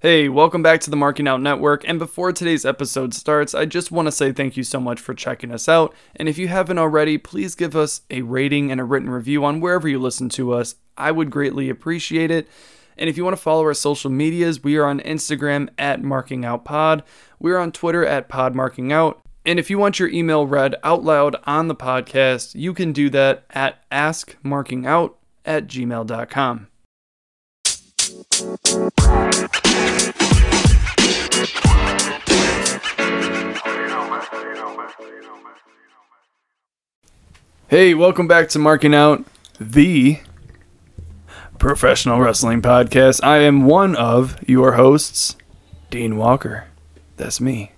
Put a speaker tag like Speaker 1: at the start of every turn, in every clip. Speaker 1: Hey, welcome back to the Marking Out Network. And before today's episode starts, I just want to say thank you so much for checking us out. And if you haven't already, please give us a rating and a written review on wherever you listen to us. I would greatly appreciate it. And if you want to follow our social medias, we are on Instagram at Marking Out Pod. We're on Twitter at Pod Marking Out. And if you want your email read out loud on the podcast, you can do that at askmarkingout at gmail.com. Hey, welcome back to Marking Out, the professional wrestling podcast. I am one of your hosts, Dean Walker. That's me.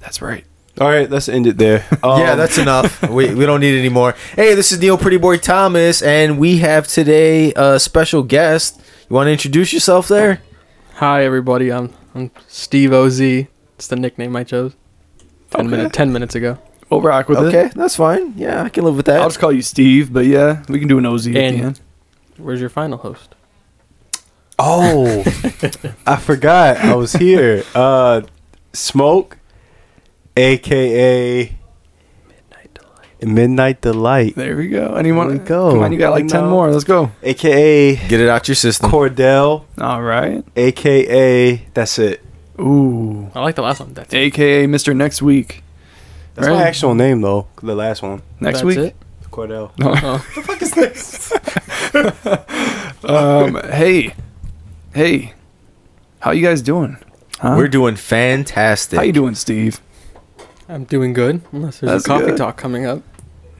Speaker 1: That's right.
Speaker 2: All right, let's end it there. Um,
Speaker 3: yeah, that's enough. we, we don't need any more. Hey, this is Neil Pretty Boy Thomas, and we have today a special guest. You want to introduce yourself there?
Speaker 4: Hi everybody, I'm I'm Steve Oz. It's the nickname I chose. Ten minute ten minutes ago.
Speaker 1: We'll rock
Speaker 2: Oh,
Speaker 1: with it.
Speaker 3: Okay, that's fine. Yeah, I can live with
Speaker 1: I'll
Speaker 3: that.
Speaker 1: just call you Steve, but yeah, we can do an OZ at
Speaker 4: And-
Speaker 1: the end.
Speaker 4: Where's your final host?
Speaker 2: oh, I forgot I was here. Uh, Smoke, aka
Speaker 4: Midnight Delight.
Speaker 2: Midnight Delight,
Speaker 1: There we go. Anyone?
Speaker 2: There we go.
Speaker 1: Come on, you got like
Speaker 2: You
Speaker 1: 10
Speaker 2: know.
Speaker 1: more. Let's go.
Speaker 2: aka
Speaker 3: Get it out your system.
Speaker 2: Cordell,
Speaker 1: All right.
Speaker 2: aka that's it.
Speaker 1: Ooh.
Speaker 4: I like the last one. That's it.
Speaker 1: AKA Mr. Next Week.
Speaker 2: That's my
Speaker 1: Right.
Speaker 2: actual name though. The last one,
Speaker 1: Next
Speaker 4: That's
Speaker 1: week?
Speaker 4: it?
Speaker 2: Cordell.
Speaker 4: Oh,
Speaker 1: Um, hey. Hey. How you guys doing? Huh?
Speaker 3: We're doing
Speaker 1: How you
Speaker 3: fantastic.
Speaker 1: doing, Steve?
Speaker 4: I'm doing good. Unless there's
Speaker 1: That's
Speaker 4: a coffee
Speaker 1: good.
Speaker 4: talk coming up.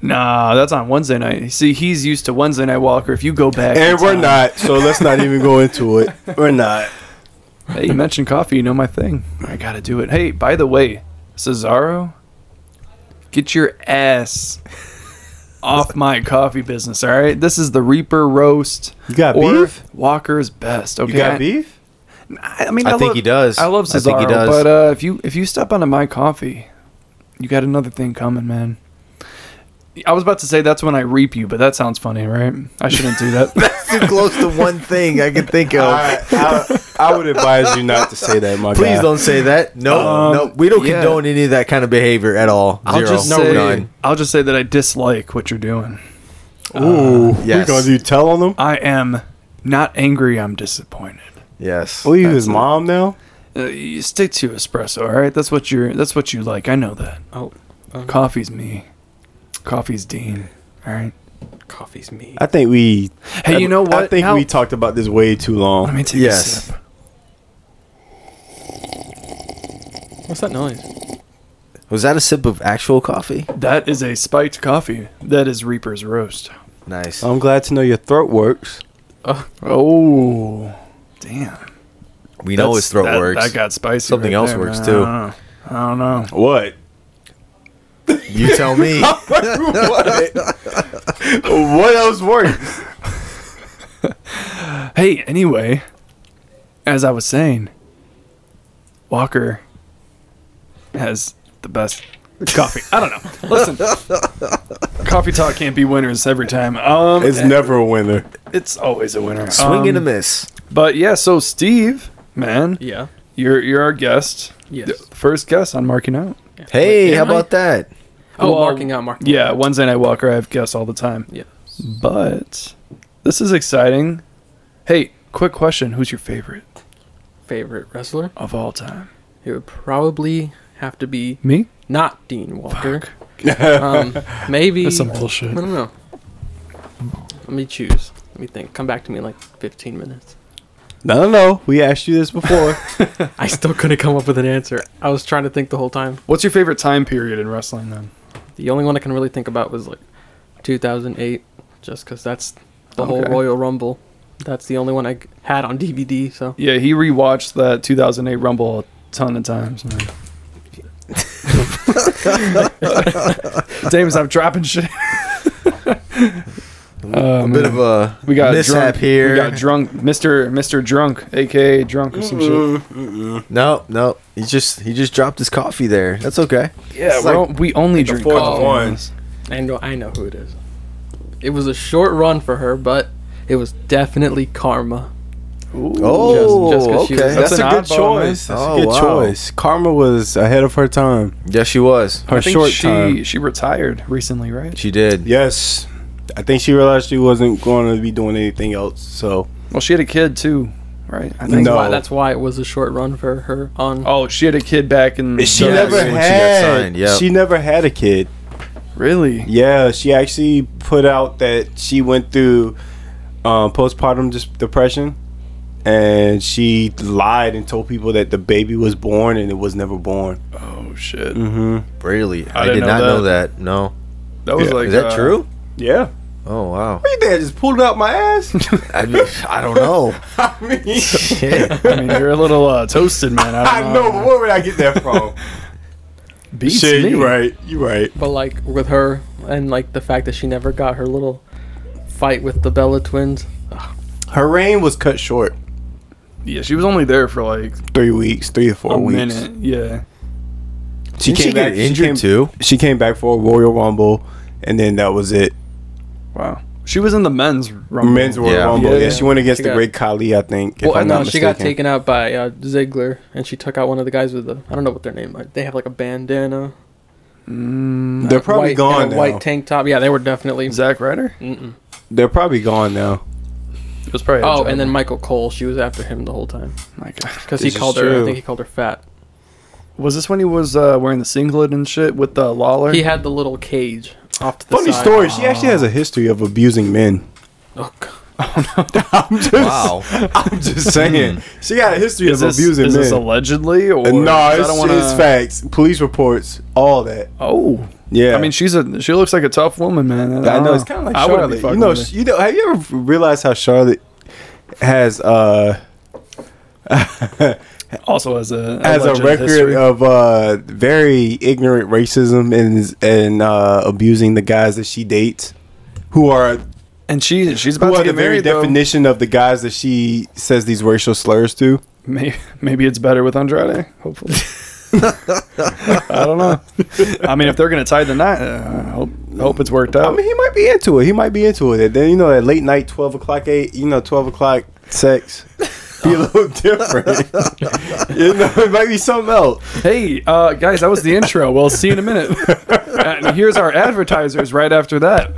Speaker 1: Nah, that's on Wednesday night. See, he's used to Wednesday night Walker. If you go back, in
Speaker 2: And we're
Speaker 1: time-
Speaker 2: not, so let's not even go into it. We're not.
Speaker 1: Hey, you mentioned coffee. You know my thing. I gotta do it. Hey, by the way, Cesaro, get your ass off my coffee business. All right, this is the Reaper roast.
Speaker 2: You got
Speaker 1: or
Speaker 2: beef?
Speaker 1: Walker's best. Okay,
Speaker 2: You got beef?
Speaker 1: I, I mean,
Speaker 3: I
Speaker 1: I,
Speaker 3: think
Speaker 1: love-
Speaker 3: he does.
Speaker 1: I love
Speaker 3: I
Speaker 1: Cesaro,
Speaker 3: think he does.
Speaker 1: but uh, if you if you step onto my coffee, you got another thing coming, man. I was about to say that's when I reap you, but that sounds funny, right? I shouldn't do that.
Speaker 3: Too close to one thing I can think of.
Speaker 2: I, I, I would advise you not to say that, my
Speaker 3: Please
Speaker 2: guy.
Speaker 3: don't say that. No,
Speaker 1: Um,
Speaker 3: no, we don't
Speaker 1: yeah.
Speaker 3: condone any of that kind of behavior at all.
Speaker 1: I'll
Speaker 3: Zero.
Speaker 1: just
Speaker 3: no,
Speaker 1: say
Speaker 3: none.
Speaker 1: I'll just say that I dislike what you're doing.
Speaker 2: Ooh,
Speaker 3: yes.
Speaker 2: you Uh, gonna do tell on them?
Speaker 1: I am not angry. I'm disappointed.
Speaker 3: Yes.
Speaker 2: Will you his
Speaker 3: That's it.
Speaker 2: mom now?
Speaker 1: Uh, you stick to espresso, all right? That's what you're. That's what you like. I know that.
Speaker 4: Oh, um,
Speaker 1: Coffee's me. Coffee's Dean. All right.
Speaker 4: coffee's me.
Speaker 2: I think we.
Speaker 1: Hey, you know what?
Speaker 2: I think
Speaker 1: Now-
Speaker 2: we talked about this way too
Speaker 1: Let
Speaker 2: long.
Speaker 1: me take a
Speaker 3: Yes.
Speaker 1: sip.
Speaker 4: What's that noise?
Speaker 3: Was that a sip of actual coffee?
Speaker 1: That is a spiked coffee. That is Reaper's roast.
Speaker 3: Nice.
Speaker 2: I'm glad to know your throat works.
Speaker 1: Oh, damn!
Speaker 3: we know his throat
Speaker 1: that,
Speaker 3: works.
Speaker 1: That got spicy.
Speaker 3: Something
Speaker 1: right
Speaker 3: else
Speaker 1: there,
Speaker 3: works,
Speaker 1: man.
Speaker 3: too.
Speaker 1: I don't know. I don't know.
Speaker 2: What?
Speaker 3: you tell me.
Speaker 2: what? what else works?
Speaker 1: Hey, anyway, as I was saying, Walker has the best coffee. I don't know. Listen, coffee talk can't be winners every time. Um,
Speaker 2: It's
Speaker 1: it's,
Speaker 2: never a winner.
Speaker 1: always a winner.
Speaker 3: Swing and a
Speaker 1: Um,
Speaker 3: miss.
Speaker 1: But yeah, so Steve, man,
Speaker 4: Yeah.
Speaker 1: you're you're our guest.
Speaker 4: Yes.
Speaker 1: The First guest on Marking Out.
Speaker 4: Yeah.
Speaker 3: Hey,
Speaker 4: Wait,
Speaker 3: how
Speaker 4: am I-
Speaker 3: about that?
Speaker 4: Oh,
Speaker 1: Well,
Speaker 4: marking out, marking.
Speaker 1: Yeah,
Speaker 4: out.
Speaker 1: Wednesday night Walker. I have guests all the time.
Speaker 4: Yeah.
Speaker 1: But this is exciting. Hey, quick question: Who's your favorite
Speaker 4: Favorite wrestler?
Speaker 1: of all time?
Speaker 4: It would probably have to be
Speaker 1: Me?
Speaker 4: not Dean Walker. um, maybe
Speaker 1: That's some
Speaker 4: I
Speaker 1: bullshit.
Speaker 4: don't know. Let me choose. Let me think. Come back to me in like 15 minutes.
Speaker 2: No, no, no. We asked you this before.
Speaker 4: I still couldn't come up with an answer. I was trying to think the whole time.
Speaker 1: What's your favorite time period in wrestling then?
Speaker 4: The only one I can really think about was like 2008, just because that's the whole
Speaker 1: Okay.
Speaker 4: Royal Rumble. That's the only one I g- had on DVD. So
Speaker 1: Yeah, he rewatched that 2008 Rumble a ton of times. Man. James, I'm dropping shit.
Speaker 3: a bit of a
Speaker 1: Oh, We got
Speaker 3: mishap
Speaker 1: drunk.
Speaker 3: here.
Speaker 1: We got drunk, Mister Mister Drunk, aka Drunk or some shit.
Speaker 3: no, no. He just he just dropped his coffee there. That's okay.
Speaker 1: Yeah,
Speaker 2: It's
Speaker 1: we're
Speaker 2: like
Speaker 1: on- we only drink
Speaker 2: fourth
Speaker 1: coffee.
Speaker 2: one.
Speaker 1: on this.
Speaker 4: I know I know who it is. It was a short run for her, but it was definitely karma.
Speaker 3: Oh,
Speaker 4: Just- just 'cause she
Speaker 3: okay.
Speaker 4: was-
Speaker 2: That's,
Speaker 3: That's-
Speaker 2: a
Speaker 1: an
Speaker 2: good
Speaker 1: oddball, man.
Speaker 2: choice. That's
Speaker 3: Oh,
Speaker 2: a good
Speaker 3: wow.
Speaker 2: choice. Karma was ahead of her time.
Speaker 3: yes, she was.
Speaker 2: Her
Speaker 1: I think
Speaker 2: short
Speaker 1: she
Speaker 2: time.
Speaker 1: she retired recently, right?
Speaker 3: She did.
Speaker 2: Yes. I think she realized she wasn't going to be doing anything else. So
Speaker 1: Well, she had a kid too, right? I
Speaker 4: That's
Speaker 2: No.
Speaker 4: why, that's why it was a short run for her on.
Speaker 1: Oh, she had a kid back in.
Speaker 2: she
Speaker 1: the-
Speaker 3: Yeah,
Speaker 2: never
Speaker 3: when she got
Speaker 2: had.
Speaker 3: signed, yep.
Speaker 2: She never had a kid.
Speaker 1: really.
Speaker 2: Yeah, she actually put out that she went through um, postpartum dis- depression, and she lied and told people that the baby was born and it was never born.
Speaker 1: Oh shit.
Speaker 2: Mm-hmm.
Speaker 3: Really, I,
Speaker 1: didn't
Speaker 3: did
Speaker 1: know
Speaker 3: not
Speaker 1: that.
Speaker 3: know that. No,
Speaker 1: That was
Speaker 2: Yeah.
Speaker 1: like.
Speaker 3: is that
Speaker 1: uh,
Speaker 3: true?
Speaker 2: Yeah.
Speaker 3: Oh wow.
Speaker 2: What you think? I just pulled it out my ass.
Speaker 3: I, mean, I don't know.
Speaker 2: I mean,
Speaker 3: Shit.
Speaker 1: I mean, you're a little uh, toasted, man. I,
Speaker 2: I
Speaker 1: don't
Speaker 2: know, but where would I get that from?
Speaker 1: Beats
Speaker 2: Shit,
Speaker 1: me.
Speaker 2: you right. You right.
Speaker 4: But like with her and like the fact that she never got her little fight with the Bella twins.
Speaker 2: Her reign was cut short.
Speaker 1: Yeah, she was only there for like
Speaker 2: Three weeks, three or four
Speaker 1: a
Speaker 2: weeks.
Speaker 1: minute. Yeah.
Speaker 2: She
Speaker 3: Didn't she get injured
Speaker 2: came,
Speaker 3: too?
Speaker 2: She came back for a Royal Rumble, and then that was it.
Speaker 1: Wow. She was in the men's rumble.
Speaker 2: Men's Royal
Speaker 3: Yeah.
Speaker 2: Rumble. Yeah,
Speaker 1: Yeah, yeah.
Speaker 2: she went against
Speaker 4: She
Speaker 2: the
Speaker 4: got-
Speaker 2: Great Khali, I think. if
Speaker 4: well,
Speaker 2: I'm
Speaker 4: no,
Speaker 2: not
Speaker 4: she got
Speaker 2: mistaken.
Speaker 4: taken out by uh, Ziggler, and she took out one of the guys with the I don't know what their name. Like, they have like a bandana.
Speaker 1: Mm,
Speaker 2: They're
Speaker 4: uh,
Speaker 2: probably
Speaker 4: white,
Speaker 2: gone
Speaker 4: and a
Speaker 2: now.
Speaker 4: White tank top. Yeah, they were definitely.
Speaker 1: Zack Ryder.
Speaker 4: Mm-mm.
Speaker 2: They're probably gone now.
Speaker 1: It was probably. a
Speaker 4: Oh,
Speaker 1: joke.
Speaker 4: and then Michael Cole. She was after him the whole time
Speaker 1: My God.
Speaker 4: because
Speaker 2: This
Speaker 4: he
Speaker 2: is
Speaker 4: called her.
Speaker 2: true.
Speaker 4: I think he called her fat.
Speaker 1: uh, Was this when he was uh, wearing the singlet and shit with the Lawler?
Speaker 4: He had the little cage off to the
Speaker 2: Funny
Speaker 4: side.
Speaker 2: story. She actually has a history of abusing men.
Speaker 4: Oh, God.
Speaker 2: I'm just,
Speaker 3: Wow.
Speaker 2: I'm just saying. she got a history
Speaker 1: Hmm. is
Speaker 2: of
Speaker 1: this,
Speaker 2: abusing
Speaker 1: is
Speaker 2: men.
Speaker 1: this allegedly or?
Speaker 2: And no,
Speaker 1: 'cause I
Speaker 2: it's,
Speaker 1: don't wanna-
Speaker 2: it's facts. Police reports, all that.
Speaker 1: Oh,
Speaker 2: Yeah.
Speaker 1: I mean, she's a she looks like a tough woman, man.
Speaker 2: I
Speaker 1: don't
Speaker 2: know it's kind of like
Speaker 1: I wouldn't be
Speaker 2: Charlotte.
Speaker 1: fucking
Speaker 2: You know,
Speaker 1: with her.
Speaker 2: she, you know. Have you ever realized how Charlotte has uh
Speaker 1: also has a
Speaker 2: has a
Speaker 1: alleged
Speaker 2: record
Speaker 1: history.
Speaker 2: of uh very ignorant racism and and uh, abusing the guys that she dates, who are
Speaker 1: and she she's about
Speaker 2: who
Speaker 1: to
Speaker 2: are the
Speaker 1: get
Speaker 2: very
Speaker 1: married. though.
Speaker 2: definition of the guys that she says these racial slurs to.
Speaker 1: Maybe, maybe it's better with Andrade. Hopefully, I don't know. I mean, if they're gonna tie the knot, uh, I hope, hope it's worked
Speaker 2: I
Speaker 1: out.
Speaker 2: mean, he might be into it. He might be into it. And then you know, at late night, twelve o'clock, eight, you know, twelve o'clock sex, be a little different. you know, it might be something else.
Speaker 1: hey, uh, guys, that was the intro. We'll see you in a minute. and here's our advertisers right after that.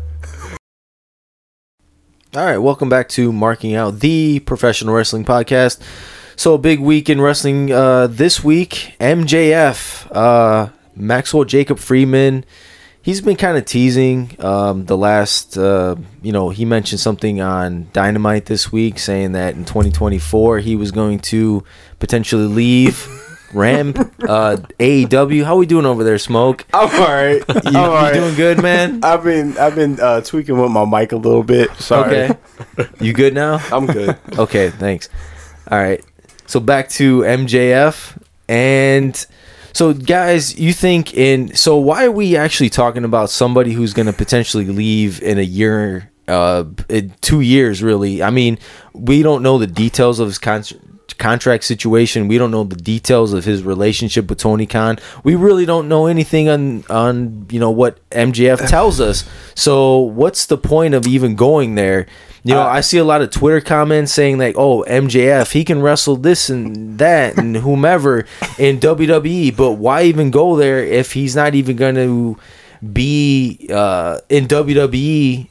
Speaker 3: All right, welcome back to Marking Out the Professional Wrestling Podcast. So, a big week in wrestling uh, this week. MJF, uh, Maxwell Jacob Freeman, he's been kind of teasing um, the last, uh, you know, he mentioned something on Dynamite this week saying that in 2024 he was going to potentially leave Ram uh, AEW. How we doing over there, Smoke?
Speaker 2: I'm all right.
Speaker 3: You,
Speaker 2: I'm
Speaker 3: you
Speaker 2: all right.
Speaker 3: doing good, man?
Speaker 2: I've been I've been uh, tweaking with my mic a little bit. Sorry,
Speaker 3: Okay. You good now?
Speaker 2: I'm good.
Speaker 3: okay, thanks. All right. So back to MJF and so guys, you think in so why are we actually talking about somebody who's going to potentially leave in a year uh in 2 years really? I mean, we don't know the details of his contract contract situation we don't know the details of his relationship with tony khan we really don't know anything on on you know what mjf tells us so what's the point of even going there you know, I see a lot of Twitter comments saying like, "Oh, MJF, he can wrestle this and that and whomever in WWE, but why even go there if he's not even going to be uh, in E WWE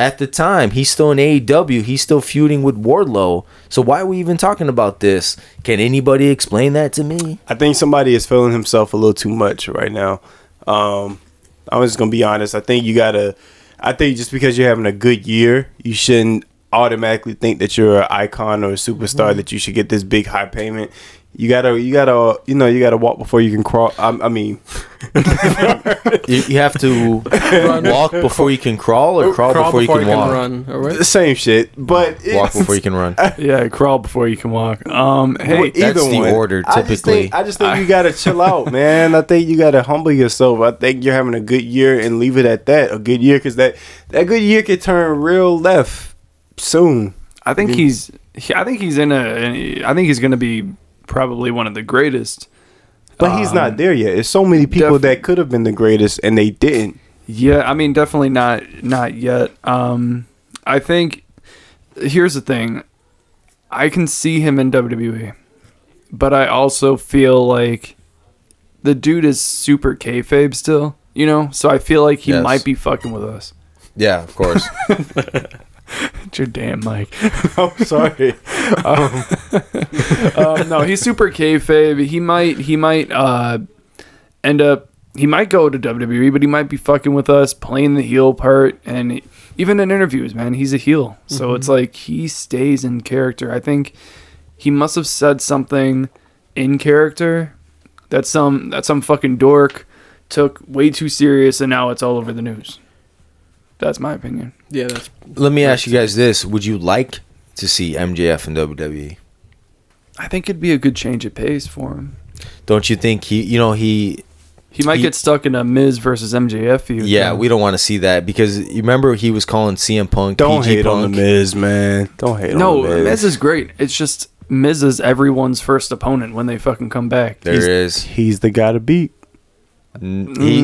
Speaker 3: at the time? He's still in AEW. He's still feuding with Wardlow. So why are we even talking about this? Can anybody explain that to me?
Speaker 2: I think somebody is feeling himself a little too much right now. Um, I'm just gonna be honest. I think you gotta. I think just because you're having a good year, you shouldn't automatically think that you're an icon or a superstar
Speaker 3: Mm-hmm.
Speaker 2: that you should get this big high payment. You gotta, you gotta, you know, you gotta walk before you can crawl. I, I mean,
Speaker 3: You, you have to walk before you can crawl, or crawl, before, you can walk.
Speaker 4: run. All right.
Speaker 2: same shit. But
Speaker 3: Walk
Speaker 2: it's-
Speaker 3: before you can run.
Speaker 1: Yeah, crawl before you can walk. Um, hey,
Speaker 2: Well, either
Speaker 3: That's the
Speaker 2: one.
Speaker 3: order,
Speaker 2: I just
Speaker 3: typically.
Speaker 2: think, I just think you gotta chill out, man. I think you gotta humble yourself. I think you're having a good year and leave it at that. A good year, because that that good year could turn real left soon.
Speaker 1: I think he's. he- I think he's in a. I think he's gonna be probably one of the greatest.
Speaker 2: But he's not there yet. It's so many people that could have been the greatest and they didn't.
Speaker 1: Yeah, I mean, definitely not not yet. Um, I think here's the thing. I can see him in WWE, but I also feel like the dude is super kayfabe still, you know. So I feel like he
Speaker 3: Yes.
Speaker 1: might be fucking with us.
Speaker 3: Yeah, of course.
Speaker 1: Get your damn mic.
Speaker 2: I'm sorry.
Speaker 1: um, no, he's super kayfabe. He might he might uh, end up he might go to WWE, but he might be fucking with us, playing the heel part, and even in interviews, man, he's a heel. So it's like he stays in character. I think he must have said something in character that some that some fucking dork took way too serious, and now it's all over the news. That's my opinion.
Speaker 4: Yeah, that's
Speaker 3: Let me ask you guys this: Would you like to see MJF in E? WWE?
Speaker 1: I think it'd be a good change of pace for him.
Speaker 3: Don't you think he? You know he.
Speaker 1: He might
Speaker 3: He-
Speaker 1: get stuck in a Miz versus MJF feud.
Speaker 3: Yeah,
Speaker 1: man.
Speaker 3: we don't want to see that because you remember he was calling CM Punk.
Speaker 2: Don't
Speaker 3: PG
Speaker 2: hate
Speaker 3: Punk.
Speaker 2: on the Miz, man. Don't hate
Speaker 1: No,
Speaker 2: on the Miz.
Speaker 1: Miz is great. It's just Miz is everyone's first opponent when they fucking come back.
Speaker 3: There
Speaker 2: He's-
Speaker 3: is.
Speaker 2: He's the guy to beat.
Speaker 3: N- He,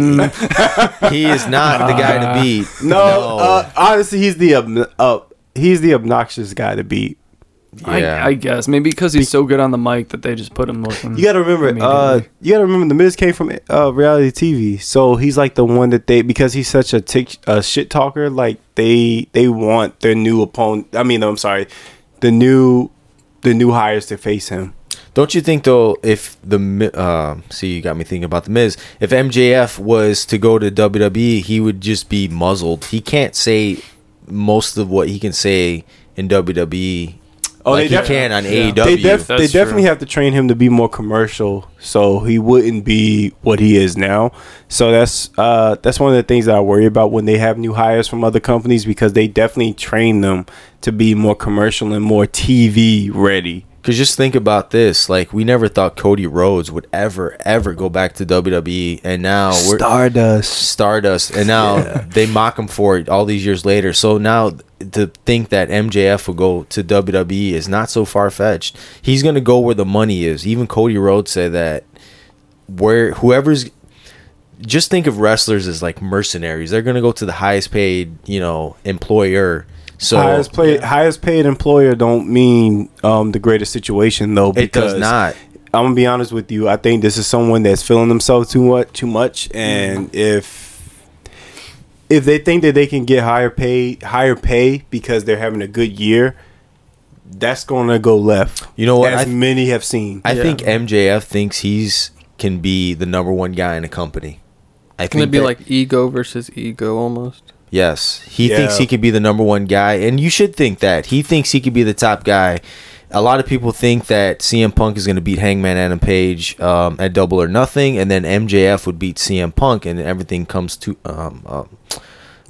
Speaker 3: he is not the guy to beat.
Speaker 2: Uh, honestly, he's the ob- uh, he's the obnoxious guy to beat.
Speaker 3: yeah.
Speaker 1: I, I guess maybe because he's so good on the mic that they just put him looking.
Speaker 2: You gotta remember, uh,
Speaker 1: immediately.
Speaker 2: you gotta remember, the Miz came from uh, reality TV, so he's like the one that they because he's such a tick, a shit talker. Like they they want their new opponent. I mean, I'm sorry, the new the new hires to face him.
Speaker 3: Don't you think though, if the Mi- uh, see you got me thinking about the Miz. If MJF was to go to WWE, he would just be muzzled. He can't say most of what he can say in WWE.
Speaker 2: Oh,
Speaker 3: like he
Speaker 2: they def-
Speaker 3: can on E AEW.
Speaker 2: They, def- they
Speaker 1: E That's
Speaker 2: definitely
Speaker 1: true.
Speaker 2: have to train him to be more commercial, so he wouldn't be what he is now. So that's uh, that's one of the things that I worry about when they have new hires from other companies because they definitely train them to be more commercial and more TV ready.
Speaker 3: Cause just think about this. Like we never thought Cody Rhodes would ever, ever go back to WWE, and now we're
Speaker 2: Stardust.
Speaker 3: Stardust, and now they mock him for it all these years later. So now to think that MJF will go to WWE is not so far fetched. He's gonna go where the money is. Even Cody Rhodes said that. Where whoever's, just think of wrestlers as like mercenaries. They're gonna go to the highest paid, you know, employer. So
Speaker 2: highest paid highest paid employer don't mean um, the greatest situation though.
Speaker 3: it
Speaker 2: Because
Speaker 3: does not.
Speaker 2: I'm gonna be honest with you. I think this is someone that's feeling themselves too much, too much, and if if they think that they can get higher pay, higher pay because they're having a good year, that's gonna go left.
Speaker 3: You know what?
Speaker 2: As
Speaker 3: I th-
Speaker 2: many have seen.
Speaker 3: I think MJF thinks he's can be the number one guy in a company. I
Speaker 4: Can it
Speaker 3: think
Speaker 4: be
Speaker 3: that-
Speaker 4: like ego versus ego almost?
Speaker 3: yes, he
Speaker 2: Yeah.
Speaker 3: thinks he could be the number one guy, and you should think that he thinks he could be the top guy. A lot of people think that CM Punk is going to beat Hangman Adam Page um, at Double or Nothing, and then MJF would beat CM Punk, and everything comes to um, um,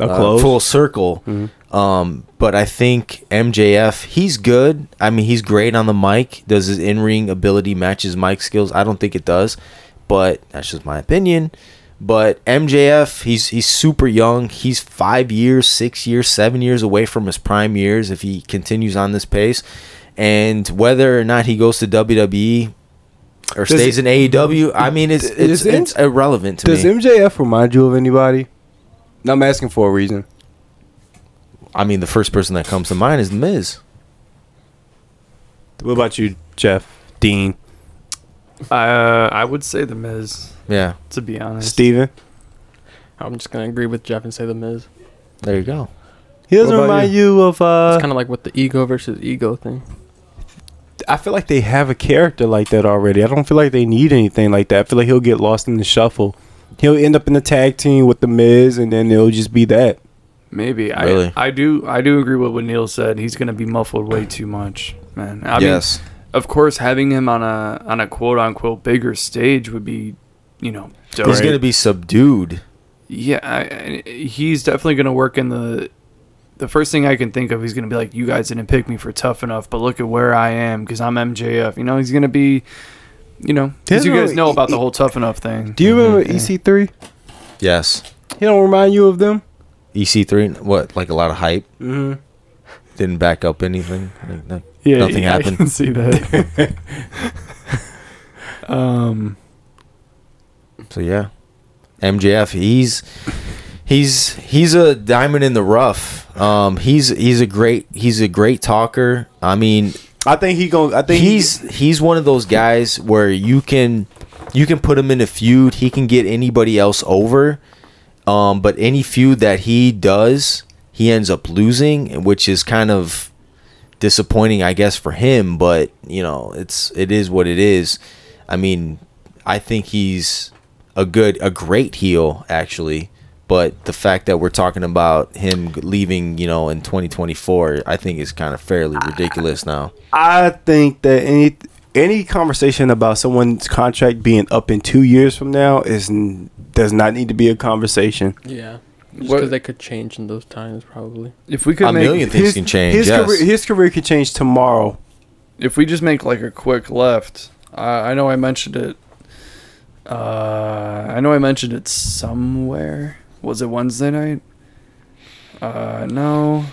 Speaker 2: A
Speaker 3: uh,
Speaker 2: close. Mm-hmm.
Speaker 3: full circle. Um, but I think MJF, he's good. I mean, he's great on the mic. Does his in ring ability match his mic skills? I don't think it does, but that's just my opinion. But MJF, he's he's super young. He's five years, six years, seven years away from his prime years if he continues on this pace. And whether or not he goes to WWE or
Speaker 2: Does-
Speaker 3: stays in AEW, I mean, it's it's,
Speaker 2: Does M-
Speaker 3: it's irrelevant to
Speaker 2: Does
Speaker 3: me.
Speaker 2: MJF remind you of anybody? I'm asking for a reason.
Speaker 3: I mean, the first person that comes to mind is Miz.
Speaker 2: What about you, Jeff? Dean,
Speaker 1: uh, I would say the Miz.
Speaker 3: Yeah.
Speaker 1: To be honest,
Speaker 2: Steven?
Speaker 4: I'm just gonna agree with Jeff and say the Miz.
Speaker 3: There you go.
Speaker 2: He doesn't
Speaker 1: What about
Speaker 2: remind you, of.
Speaker 4: It's
Speaker 2: Uh,
Speaker 4: kind of like with the ego versus ego thing.
Speaker 2: I feel like they have a character like that already. I don't feel like they need anything like that. I feel like he'll get lost in the shuffle. He'll end up in the tag team with the Miz, and then it'll just be that.
Speaker 1: maybe
Speaker 3: Really?
Speaker 1: I I do I do agree with what Neil said. He's gonna be muffled way too much, man. I mean,
Speaker 3: yes.
Speaker 1: of course, having him on a on a quote unquote bigger stage would be, you know, dope.
Speaker 3: He's going to be subdued.
Speaker 1: Yeah, I, I- he's definitely going to work in the. The first thing I can think of, he's going to be like, "You guys didn't pick me for tough enough, but look at where I am because I'm MJF." You know, he's going to be, you know, 'cause you
Speaker 2: Yeah, no,
Speaker 1: guys know
Speaker 2: he-
Speaker 1: about the
Speaker 2: he-
Speaker 1: whole tough enough thing.
Speaker 2: Do you remember
Speaker 1: Mhm.
Speaker 2: EC3?
Speaker 3: Yes.
Speaker 2: He don't remind you of them?
Speaker 3: EC3, E what? Like a lot of hype?
Speaker 2: Mm-hmm.
Speaker 3: Didn't back up anything? Like, no-
Speaker 1: Yeah,
Speaker 3: Nothing
Speaker 1: yeah, I
Speaker 3: happened.
Speaker 1: can see that. um,
Speaker 3: So, yeah. MJF, he's. He's he's a diamond in the rough. Um, he's he's a great he's a great talker. I mean,
Speaker 2: I think he going I think he-
Speaker 3: he's he's one of those guys where you can you can put him in a feud. He can get anybody else over, um, but any feud that he does, he ends up losing, which is kind of disappointing, I guess, for him. But you know, it's it is what it is. I mean, I think he's a good, a great heel actually. But the fact that we're talking about him leaving, you know, in 2024, I think is kind of fairly ridiculous now.
Speaker 2: I think that any any conversation about someone's contract being up in two years from now is n- does not need to be a conversation.
Speaker 4: Yeah.
Speaker 1: What-
Speaker 4: Because they could change in those times, probably.
Speaker 1: If we could
Speaker 3: A
Speaker 1: make,
Speaker 3: million. Things can change,
Speaker 2: His
Speaker 3: yes.
Speaker 2: career, his career could change tomorrow.
Speaker 1: if we just make like a quick left, I I know I mentioned it. Uh, I know I mentioned it somewhere. Was it Wednesday night? Uh, no.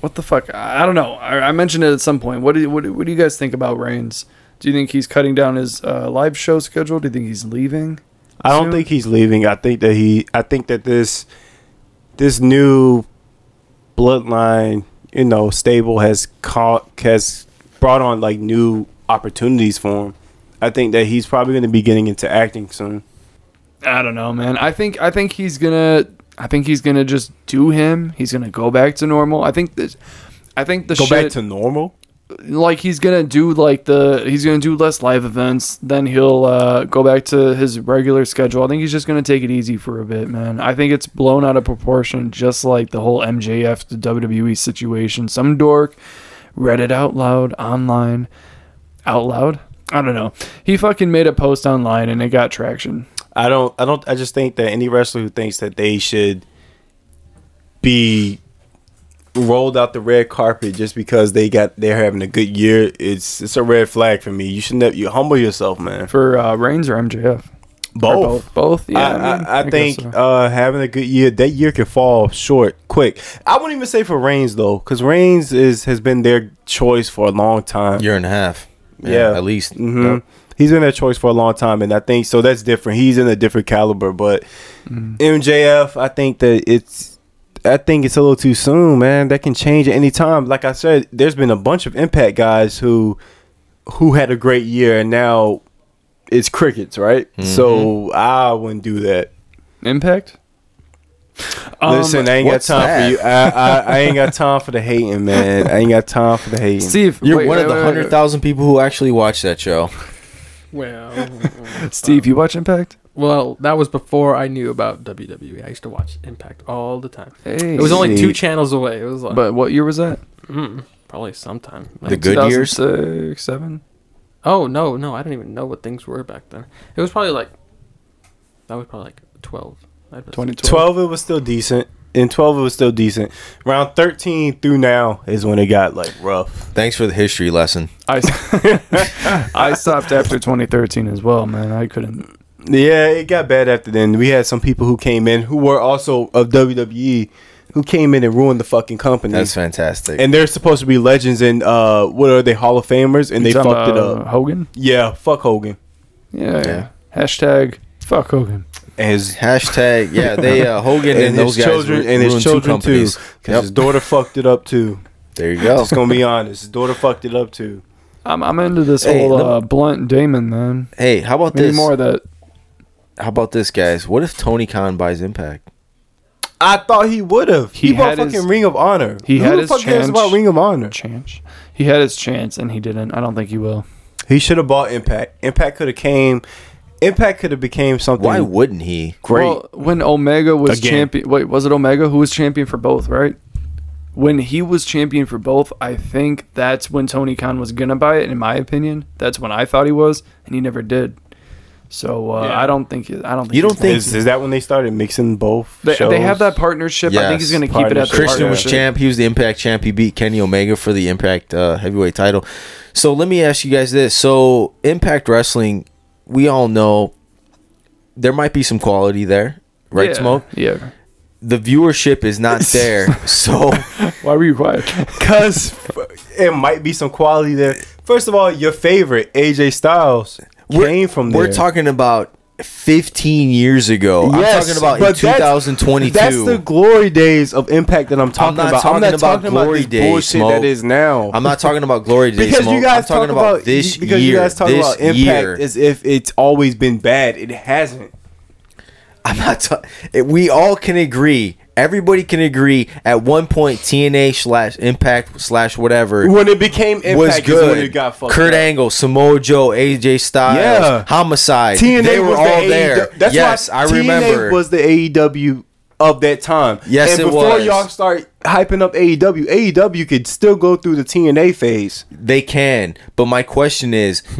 Speaker 1: What the fuck? I I don't know. I, I mentioned it at some point. What do you, what, do- what do you guys think about Reigns? Do you think he's cutting down his uh, live show schedule? Do you think he's leaving?
Speaker 2: I don't
Speaker 1: Soon.
Speaker 2: think he's leaving. I think that he. I think that this this new bloodline, you know, stable has caught has brought on like new opportunities for him. I think that he's probably going to be getting into acting soon.
Speaker 1: I don't know, man. I think I think he's gonna. I think he's gonna just do him. He's gonna go back to normal. I think this. I think the
Speaker 2: Go
Speaker 1: shit,
Speaker 2: back to normal.
Speaker 1: like he's gonna do like the he's gonna do less live events then he'll uh, go back to his regular schedule i think he's just gonna take it easy for a bit man i think it's blown out of proportion just like the whole mjf to wwe situation some dork read it out loud online out loud i don't know he fucking made a post online and it got traction
Speaker 2: I don't. I don't. I just think that any wrestler who thinks that they should be rolled out the red carpet just because they got they're having a good year, it's it's a red flag for me. You should never. You humble yourself, man.
Speaker 1: for uh reigns or mjf Or
Speaker 2: Both.
Speaker 1: both both yeah
Speaker 2: I,
Speaker 1: mean,
Speaker 2: I, I
Speaker 1: guess
Speaker 2: think
Speaker 1: so.
Speaker 2: uh, having a good year, that year could fall short quick. I wouldn't even say for Reigns though, because Reigns is has been their choice for a long time.
Speaker 3: year and a half.
Speaker 2: Yeah.
Speaker 3: at least.
Speaker 2: hmm He's been their choice for a long time, and I think so. That's different. He's in a different caliber, but
Speaker 1: Mm.
Speaker 2: MJF, I think that it's, I think it's a little too soon, man. That can change at any time. Like I said, there's been a bunch of Impact guys who, who had a great year, and now it's crickets, right? So I wouldn't do that.
Speaker 1: impact Um,
Speaker 2: Listen, I ain't got
Speaker 3: what's
Speaker 2: time
Speaker 3: that?
Speaker 2: for you. I, I, I ain't got time for the hating, man. I ain't got time for the hating.
Speaker 1: Steve,
Speaker 3: You're
Speaker 1: wait,
Speaker 3: one
Speaker 1: wait,
Speaker 3: of the
Speaker 1: wait, wait.
Speaker 3: hundred thousand people who actually watch that show.
Speaker 4: Well,
Speaker 1: Steve, you watch Impact?
Speaker 4: well, that was before I knew about WWE. I used to watch Impact all the time.
Speaker 1: Hey,
Speaker 4: It was only two
Speaker 2: Sweet.
Speaker 4: channels away. It was like
Speaker 1: But what year was that?
Speaker 4: mm, probably sometime.
Speaker 3: The good years?
Speaker 1: Six, seven.
Speaker 4: Oh no, no, I don't even know what things were back then. It was probably like that was probably like twelve. I'd guess.
Speaker 1: 2012.
Speaker 2: 12 it was still decent and 12 it was still decent round 13 through now is when it got like rough
Speaker 3: Thanks for the history lesson.
Speaker 1: I, I stopped after 2013 as well, man. I couldn't.
Speaker 2: yeah it got bad after then we had some people who came in who were also of wwe who came in and ruined the fucking company
Speaker 3: That's fantastic.
Speaker 2: Mm. and they're supposed to be legends and uh what are they hall of famers and they
Speaker 1: You
Speaker 2: fucked
Speaker 1: talking
Speaker 2: it
Speaker 1: about uh,
Speaker 2: up
Speaker 1: Hogan?
Speaker 2: yeah fuck hogan
Speaker 1: Yeah.
Speaker 3: Yeah.
Speaker 1: Hashtag fuck Hogan.
Speaker 2: and his
Speaker 3: Hashtag yeah, they uh, Hogan and,
Speaker 2: and,
Speaker 3: those
Speaker 2: his
Speaker 3: guys
Speaker 2: children
Speaker 3: ru-
Speaker 2: and
Speaker 3: ruined
Speaker 2: his
Speaker 3: two
Speaker 2: children too
Speaker 3: companies.
Speaker 2: 'cause
Speaker 3: Yep.
Speaker 2: his daughter fucked it up too
Speaker 3: There you go.
Speaker 2: just gonna be honest his daughter fucked it up too
Speaker 1: I'm, I'm into this
Speaker 3: Hey,
Speaker 1: whole
Speaker 3: let me-
Speaker 1: uh, Blunt Damon, man.
Speaker 3: Hey, how about
Speaker 1: Maybe
Speaker 3: this?
Speaker 1: more of that.
Speaker 3: How about this, guys? What if Tony Khan buys Impact?
Speaker 2: I thought he would have.
Speaker 1: He
Speaker 2: He,
Speaker 1: had
Speaker 2: bought fucking
Speaker 1: his-
Speaker 2: Ring of Honor.
Speaker 1: he
Speaker 2: Who
Speaker 1: had
Speaker 2: the
Speaker 1: his
Speaker 2: fuck cares
Speaker 1: chance.
Speaker 2: about Ring of Honor?
Speaker 1: Chance. He had his chance and he didn't. I don't think he will.
Speaker 2: He should have bought Impact. Impact could have came. Impact could have became something.
Speaker 3: Why wouldn't he?
Speaker 2: great?
Speaker 1: Well, when Omega was
Speaker 2: Again.
Speaker 1: champion, wait, was it Omega who was champion for both, right? When he was champion for both, I think that's when Tony Khan was gonna buy it. In my opinion, that's when I thought he was, and he never did. So uh,
Speaker 4: Yeah.
Speaker 1: I don't think he- I don't think
Speaker 3: You don't
Speaker 1: he's-
Speaker 3: think-
Speaker 2: is, is that when they started mixing both?
Speaker 1: they,
Speaker 2: shows?
Speaker 1: they have that partnership. I think he's
Speaker 3: Yes,
Speaker 1: gonna keep it at the
Speaker 2: partnership.
Speaker 3: Christian was
Speaker 1: partnership.
Speaker 3: champ. He was the Impact champ. He beat Kenny Omega for the Impact uh, heavyweight title. So let me ask you guys this: So Impact Wrestling, we all know there might be some quality there, right?
Speaker 1: yeah.
Speaker 3: Smoke.
Speaker 1: Yeah.
Speaker 3: The viewership is not there, so
Speaker 1: Why were you quiet?
Speaker 2: because it might be some quality there. First of all, your favorite AJ Styles came from there.
Speaker 3: we're talking about 15 years ago.
Speaker 2: Yes,
Speaker 3: I'm talking about in
Speaker 2: but that's-
Speaker 3: 2022.
Speaker 2: That's the glory days of impact that I'm talking
Speaker 3: not
Speaker 2: about.
Speaker 3: talking
Speaker 2: I'm not
Speaker 3: about
Speaker 2: talking about
Speaker 3: glory
Speaker 2: this
Speaker 3: days,
Speaker 2: bullshit
Speaker 3: Mo.
Speaker 2: that is now.
Speaker 3: I'm not talking about glory days.
Speaker 2: because
Speaker 3: Mo.
Speaker 2: you guys
Speaker 3: I'm talking
Speaker 2: talk
Speaker 3: about this
Speaker 2: you- because
Speaker 3: year.
Speaker 2: you guys talk
Speaker 3: this
Speaker 2: about impact
Speaker 3: year.
Speaker 2: as if it's always been bad. It hasn't.
Speaker 3: I'm not. Ta- we all can agree. Everybody can agree. At one point, TNA slash Impact slash whatever
Speaker 2: When it became impact
Speaker 3: was
Speaker 2: is
Speaker 3: good.
Speaker 2: when it got fucked.
Speaker 3: Kurt
Speaker 2: up.
Speaker 3: Angle, Samoa Joe, AJ Styles,
Speaker 2: Yeah.
Speaker 3: Homicide.
Speaker 2: TNA
Speaker 3: they were
Speaker 2: was
Speaker 3: all
Speaker 2: the
Speaker 3: there.
Speaker 2: AEW. That's
Speaker 3: yes,
Speaker 2: why
Speaker 3: I remember.
Speaker 2: TNA was the AEW of that time.
Speaker 3: Yes,
Speaker 2: and
Speaker 3: it
Speaker 2: before
Speaker 3: was.
Speaker 2: y'all start hyping up E AEW, AEW could still go through the TNA phase.
Speaker 3: They can. But my question is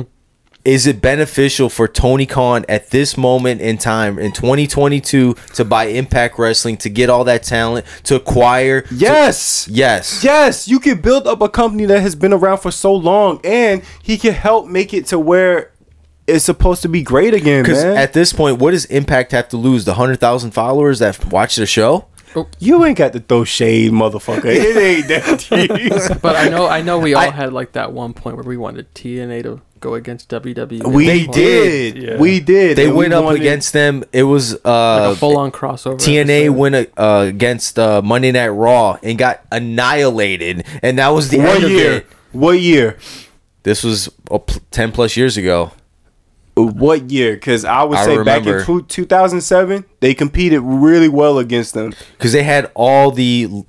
Speaker 3: is it beneficial for Tony Khan at this moment in time in 2022 to buy Impact Wrestling to get all that talent to acquire to-
Speaker 2: Yes.
Speaker 3: yes.
Speaker 2: Yes, you can build up a company that has been around for so long, and he can help make it to where it's supposed to be great again,
Speaker 3: Cuz
Speaker 2: man.
Speaker 3: at this point what does Impact have to lose the 100,000 followers that watch the show?
Speaker 2: you ain't got to throw shade, motherfucker. it ain't that deep.
Speaker 4: But I know, I know, we all
Speaker 3: I-
Speaker 4: had like that one point where we wanted TNA to go against E. WWE.
Speaker 2: we
Speaker 3: They
Speaker 4: Like
Speaker 2: did.
Speaker 1: Yeah.
Speaker 2: We did.
Speaker 3: They
Speaker 2: and we
Speaker 3: went up
Speaker 2: wanted-
Speaker 3: against them. It was uh
Speaker 4: a full-on crossover.
Speaker 3: TNA
Speaker 4: episode.
Speaker 3: went uh, uh, against uh, Monday Night Raw and got annihilated, and that was the
Speaker 2: what
Speaker 3: end of
Speaker 2: year?
Speaker 3: it.
Speaker 2: What year?
Speaker 3: This was uh, pl- ten plus years ago.
Speaker 2: What year? Because I would
Speaker 3: I
Speaker 2: say back
Speaker 3: remember.
Speaker 2: in two- 2007, they competed really well against them.
Speaker 3: because they had all the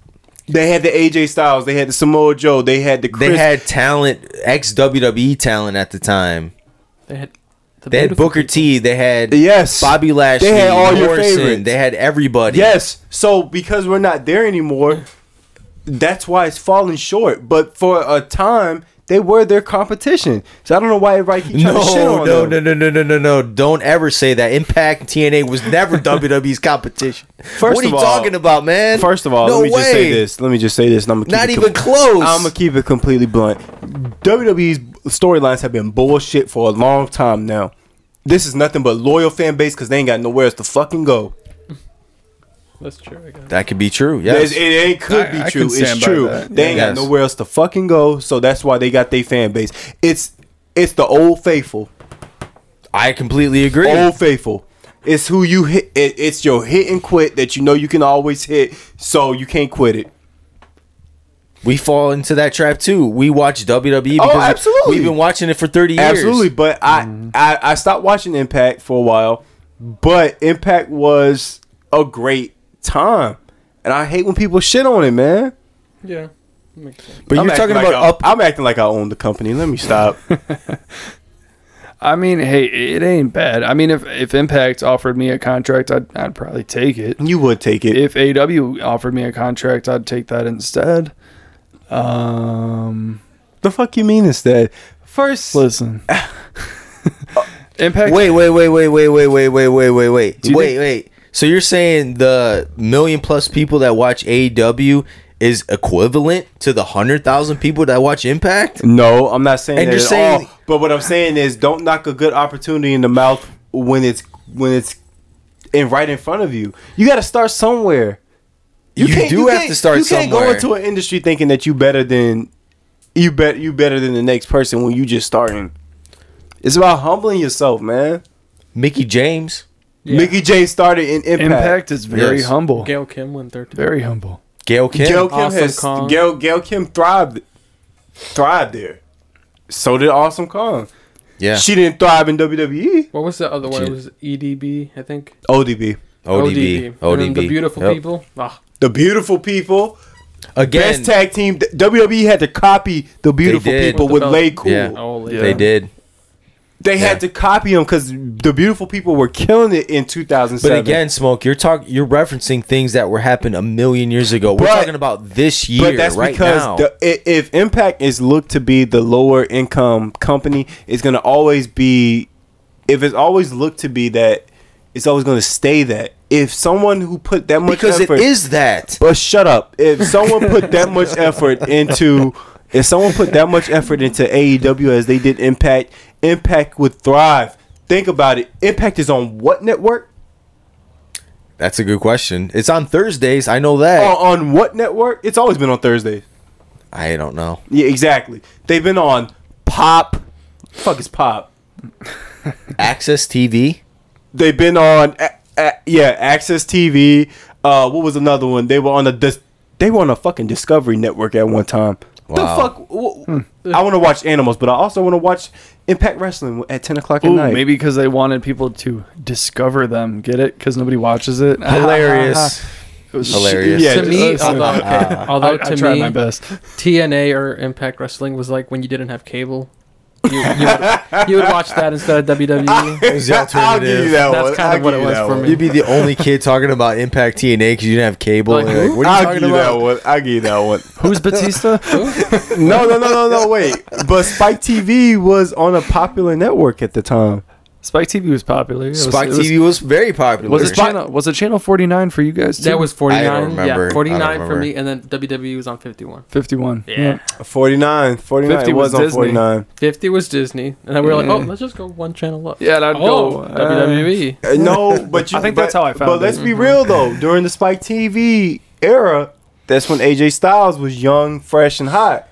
Speaker 2: They had the AJ Styles, they had the Samoa Joe, they had the Chris.
Speaker 3: they had talent ex WWE talent at the time.
Speaker 4: They had, the
Speaker 3: They had
Speaker 4: beautiful
Speaker 3: Booker T. They had
Speaker 2: yes,
Speaker 3: Bobby Lashley.
Speaker 2: They had all your
Speaker 3: Morrison,
Speaker 2: favorites.
Speaker 3: They had everybody.
Speaker 2: Yes. So because we're not there anymore, that's why it's falling short. But for a time, they were their competition. So I don't know why everybody keeps trying
Speaker 3: No,
Speaker 2: to shit on
Speaker 3: no,
Speaker 2: them.
Speaker 3: no, no, no, no, no, no. Don't ever say that. Impact and TNA was never WWE's competition.
Speaker 2: First
Speaker 3: what are
Speaker 2: of
Speaker 3: you
Speaker 2: all-
Speaker 3: talking about, man?
Speaker 2: First of all,
Speaker 3: No
Speaker 2: let me just say
Speaker 3: way.
Speaker 2: this. Let me just say this. And I'm gonna keep
Speaker 3: Not
Speaker 2: it
Speaker 3: even close.
Speaker 2: I'm gonna keep it completely blunt. WWE's storylines have been bullshit for a long time now. This is nothing but loyal fan base because they ain't got nowhere else to fucking go.
Speaker 4: That's true. I guess.
Speaker 3: That could be true. Yes.
Speaker 2: It, it ain't could
Speaker 1: I-
Speaker 2: be
Speaker 1: I
Speaker 2: true.
Speaker 1: can
Speaker 2: It's
Speaker 1: stand by
Speaker 2: true.
Speaker 1: that.
Speaker 2: They ain't
Speaker 3: Yes.
Speaker 2: got nowhere else to fucking go, so that's why they got their fan base. It's it's the old faithful.
Speaker 3: I completely agree.
Speaker 2: Old faithful. It's who you hit. It, it's your hit and quit that you know you can always hit, so you can't quit it.
Speaker 3: We fall into that trap too. We watch WWE because
Speaker 2: Oh, absolutely.
Speaker 3: we've been watching it for 30 years. Mm-hmm.
Speaker 2: Absolutely, but I, I I stopped watching Impact for a while, but Impact was a great time, and I hate when people shit on it, man.
Speaker 4: Yeah. Makes sense.
Speaker 3: But
Speaker 2: I'm
Speaker 3: you're
Speaker 2: acting
Speaker 3: talking
Speaker 2: like
Speaker 3: about
Speaker 2: I-
Speaker 3: up
Speaker 2: I'm acting like I own the company. Let me stop.
Speaker 1: I mean, hey, it ain't bad. I mean, if if Impact offered me a contract, I'd I'd probably take it.
Speaker 2: you would take it.
Speaker 1: If AW offered me a contract, I'd take that instead. Um,
Speaker 2: The fuck you mean instead? First,
Speaker 1: listen, Impact.
Speaker 3: Wait, wait, wait, wait, wait, wait, wait, wait, wait, wait, wait,
Speaker 1: you
Speaker 3: wait, wait. So you're saying the million plus people that watch AEW is equivalent to the hundred thousand people that watch Impact?
Speaker 2: no, I'm not saying
Speaker 3: And
Speaker 2: that
Speaker 3: you're
Speaker 2: at
Speaker 3: saying-
Speaker 2: all. But what I'm saying is, don't knock a good opportunity in the mouth when it's when it's in right in front of you. You got to start somewhere.
Speaker 3: You
Speaker 2: can't-
Speaker 3: do have
Speaker 2: can't-
Speaker 3: to start
Speaker 2: you
Speaker 3: somewhere.
Speaker 2: can't go into an industry thinking that you better than you bet you better than the next person when you just starting. It's about humbling yourself, man.
Speaker 3: Mickey James.
Speaker 4: Yeah.
Speaker 2: Mickey J started in Impact.
Speaker 1: Impact is very
Speaker 3: Yes.
Speaker 1: humble.
Speaker 4: Gail Kim went there too.
Speaker 1: Very humble.
Speaker 3: Gail Kim.
Speaker 2: Gail Kim
Speaker 4: Awesome
Speaker 2: has
Speaker 4: Kong.
Speaker 2: Gail, Gail Kim thrived thrived there. So did Awesome Kong.
Speaker 3: yeah.
Speaker 2: She didn't thrive in E. WWE.
Speaker 4: What was the other one?
Speaker 3: She-
Speaker 4: It was EDB, I think.
Speaker 2: ODB.
Speaker 3: ODB.
Speaker 4: And then
Speaker 3: ODB.
Speaker 4: The beautiful
Speaker 3: Yep.
Speaker 4: people. Ah,
Speaker 2: The Beautiful People.
Speaker 3: Again,
Speaker 2: best tag team. Th- WWE E had to copy the Beautiful
Speaker 3: did.
Speaker 2: People
Speaker 4: With
Speaker 2: with
Speaker 4: the
Speaker 2: Lay
Speaker 4: belt.
Speaker 2: Cool.
Speaker 3: Yeah.
Speaker 4: oh, lady.
Speaker 3: they
Speaker 1: Yeah.
Speaker 3: did.
Speaker 2: They
Speaker 3: Yeah.
Speaker 2: had to copy them because the Beautiful People were killing it in 2007.
Speaker 3: But again, Smoke, you're talking, you're referencing things that were happened a million years ago. We're
Speaker 2: But-
Speaker 3: talking about this year,
Speaker 2: but that's
Speaker 3: right
Speaker 2: because
Speaker 3: now.
Speaker 2: the, i- if Impact is looked to be the lower income company, it's going to always be. If it's always looked to be that, it's always going to stay that. If someone who put that much
Speaker 3: because it
Speaker 2: effort,
Speaker 3: is that.
Speaker 2: But shut up. If someone put that much effort into if someone put that much effort into AEW as they did Impact, Impact would thrive. Think about it. Impact is on what network?
Speaker 3: That's a good question. It's on Thursdays. I know that.
Speaker 2: On, on what network? It's always been on Thursdays.
Speaker 3: I don't know.
Speaker 2: Yeah, exactly. They've been on Pop. Fuck is Pop.
Speaker 3: Access TV.
Speaker 2: they've been on a- a- yeah access tv uh what was another one they were on a dis- they were on a fucking discovery network at one time
Speaker 3: Wow.
Speaker 2: the fuck w- i want to watch animals but i also want to watch impact wrestling at 10 o'clock at
Speaker 1: Ooh,
Speaker 2: night
Speaker 1: maybe because they wanted people to discover them. Get it? Because nobody watches it.
Speaker 3: Hilarious.
Speaker 1: It was-
Speaker 3: Hilarious.
Speaker 2: Yeah,
Speaker 4: to
Speaker 1: just-
Speaker 4: me,
Speaker 1: uh,
Speaker 4: although, okay, although
Speaker 1: I, I
Speaker 4: to
Speaker 1: tried
Speaker 4: me,
Speaker 1: my best.
Speaker 4: TNA or Impact Wrestling was like when you didn't have cable. You, you, would, you would watch that instead of E? WWE.
Speaker 3: It was the
Speaker 2: i'll give you
Speaker 3: alternative.
Speaker 2: that
Speaker 4: That's
Speaker 2: one
Speaker 4: kind
Speaker 2: I'll
Speaker 4: of what
Speaker 2: give
Speaker 4: it
Speaker 2: you
Speaker 4: was
Speaker 2: that
Speaker 4: for
Speaker 2: one.
Speaker 4: me.
Speaker 3: You'd be the only kid talking about Impact TNA because you didn't have cable.
Speaker 4: Like,
Speaker 3: and you're like, what are you
Speaker 2: I'll give
Speaker 3: talking
Speaker 2: you that
Speaker 3: about?
Speaker 2: one. I'll give you that one.
Speaker 1: Who's Batista?
Speaker 2: No, no, no, no, no. Wait, but Spike TV was on a popular network at the time.
Speaker 1: Spike TV was popular. It was-
Speaker 3: Spike
Speaker 1: it was-
Speaker 3: TV was very popular.
Speaker 1: Was it channel? Was it channel forty nine for you guys? Too?
Speaker 4: that was 49.
Speaker 3: remember. I
Speaker 4: Yeah,
Speaker 3: don't
Speaker 4: 49 for
Speaker 3: remember.
Speaker 4: me, and then WWE was on 51.
Speaker 1: fifty one.
Speaker 4: Yeah.
Speaker 2: 49. 49
Speaker 1: 50
Speaker 2: it was,
Speaker 1: was
Speaker 2: on
Speaker 1: Disney.
Speaker 2: 49.
Speaker 4: 50 was Disney, and then we were like,
Speaker 1: Yeah.
Speaker 4: oh,
Speaker 3: Mm.
Speaker 4: let's just go one channel up.
Speaker 1: yeah, that'd
Speaker 4: Oh, E.
Speaker 1: go uh,
Speaker 4: WWE.
Speaker 2: Uh, No, but you,
Speaker 1: I think
Speaker 2: but-
Speaker 1: that's how I found
Speaker 2: But let's
Speaker 1: it.
Speaker 2: be
Speaker 3: Mm-hmm.
Speaker 2: real though. During the Spike TV era, that's when AJ Styles was young, fresh, and hot,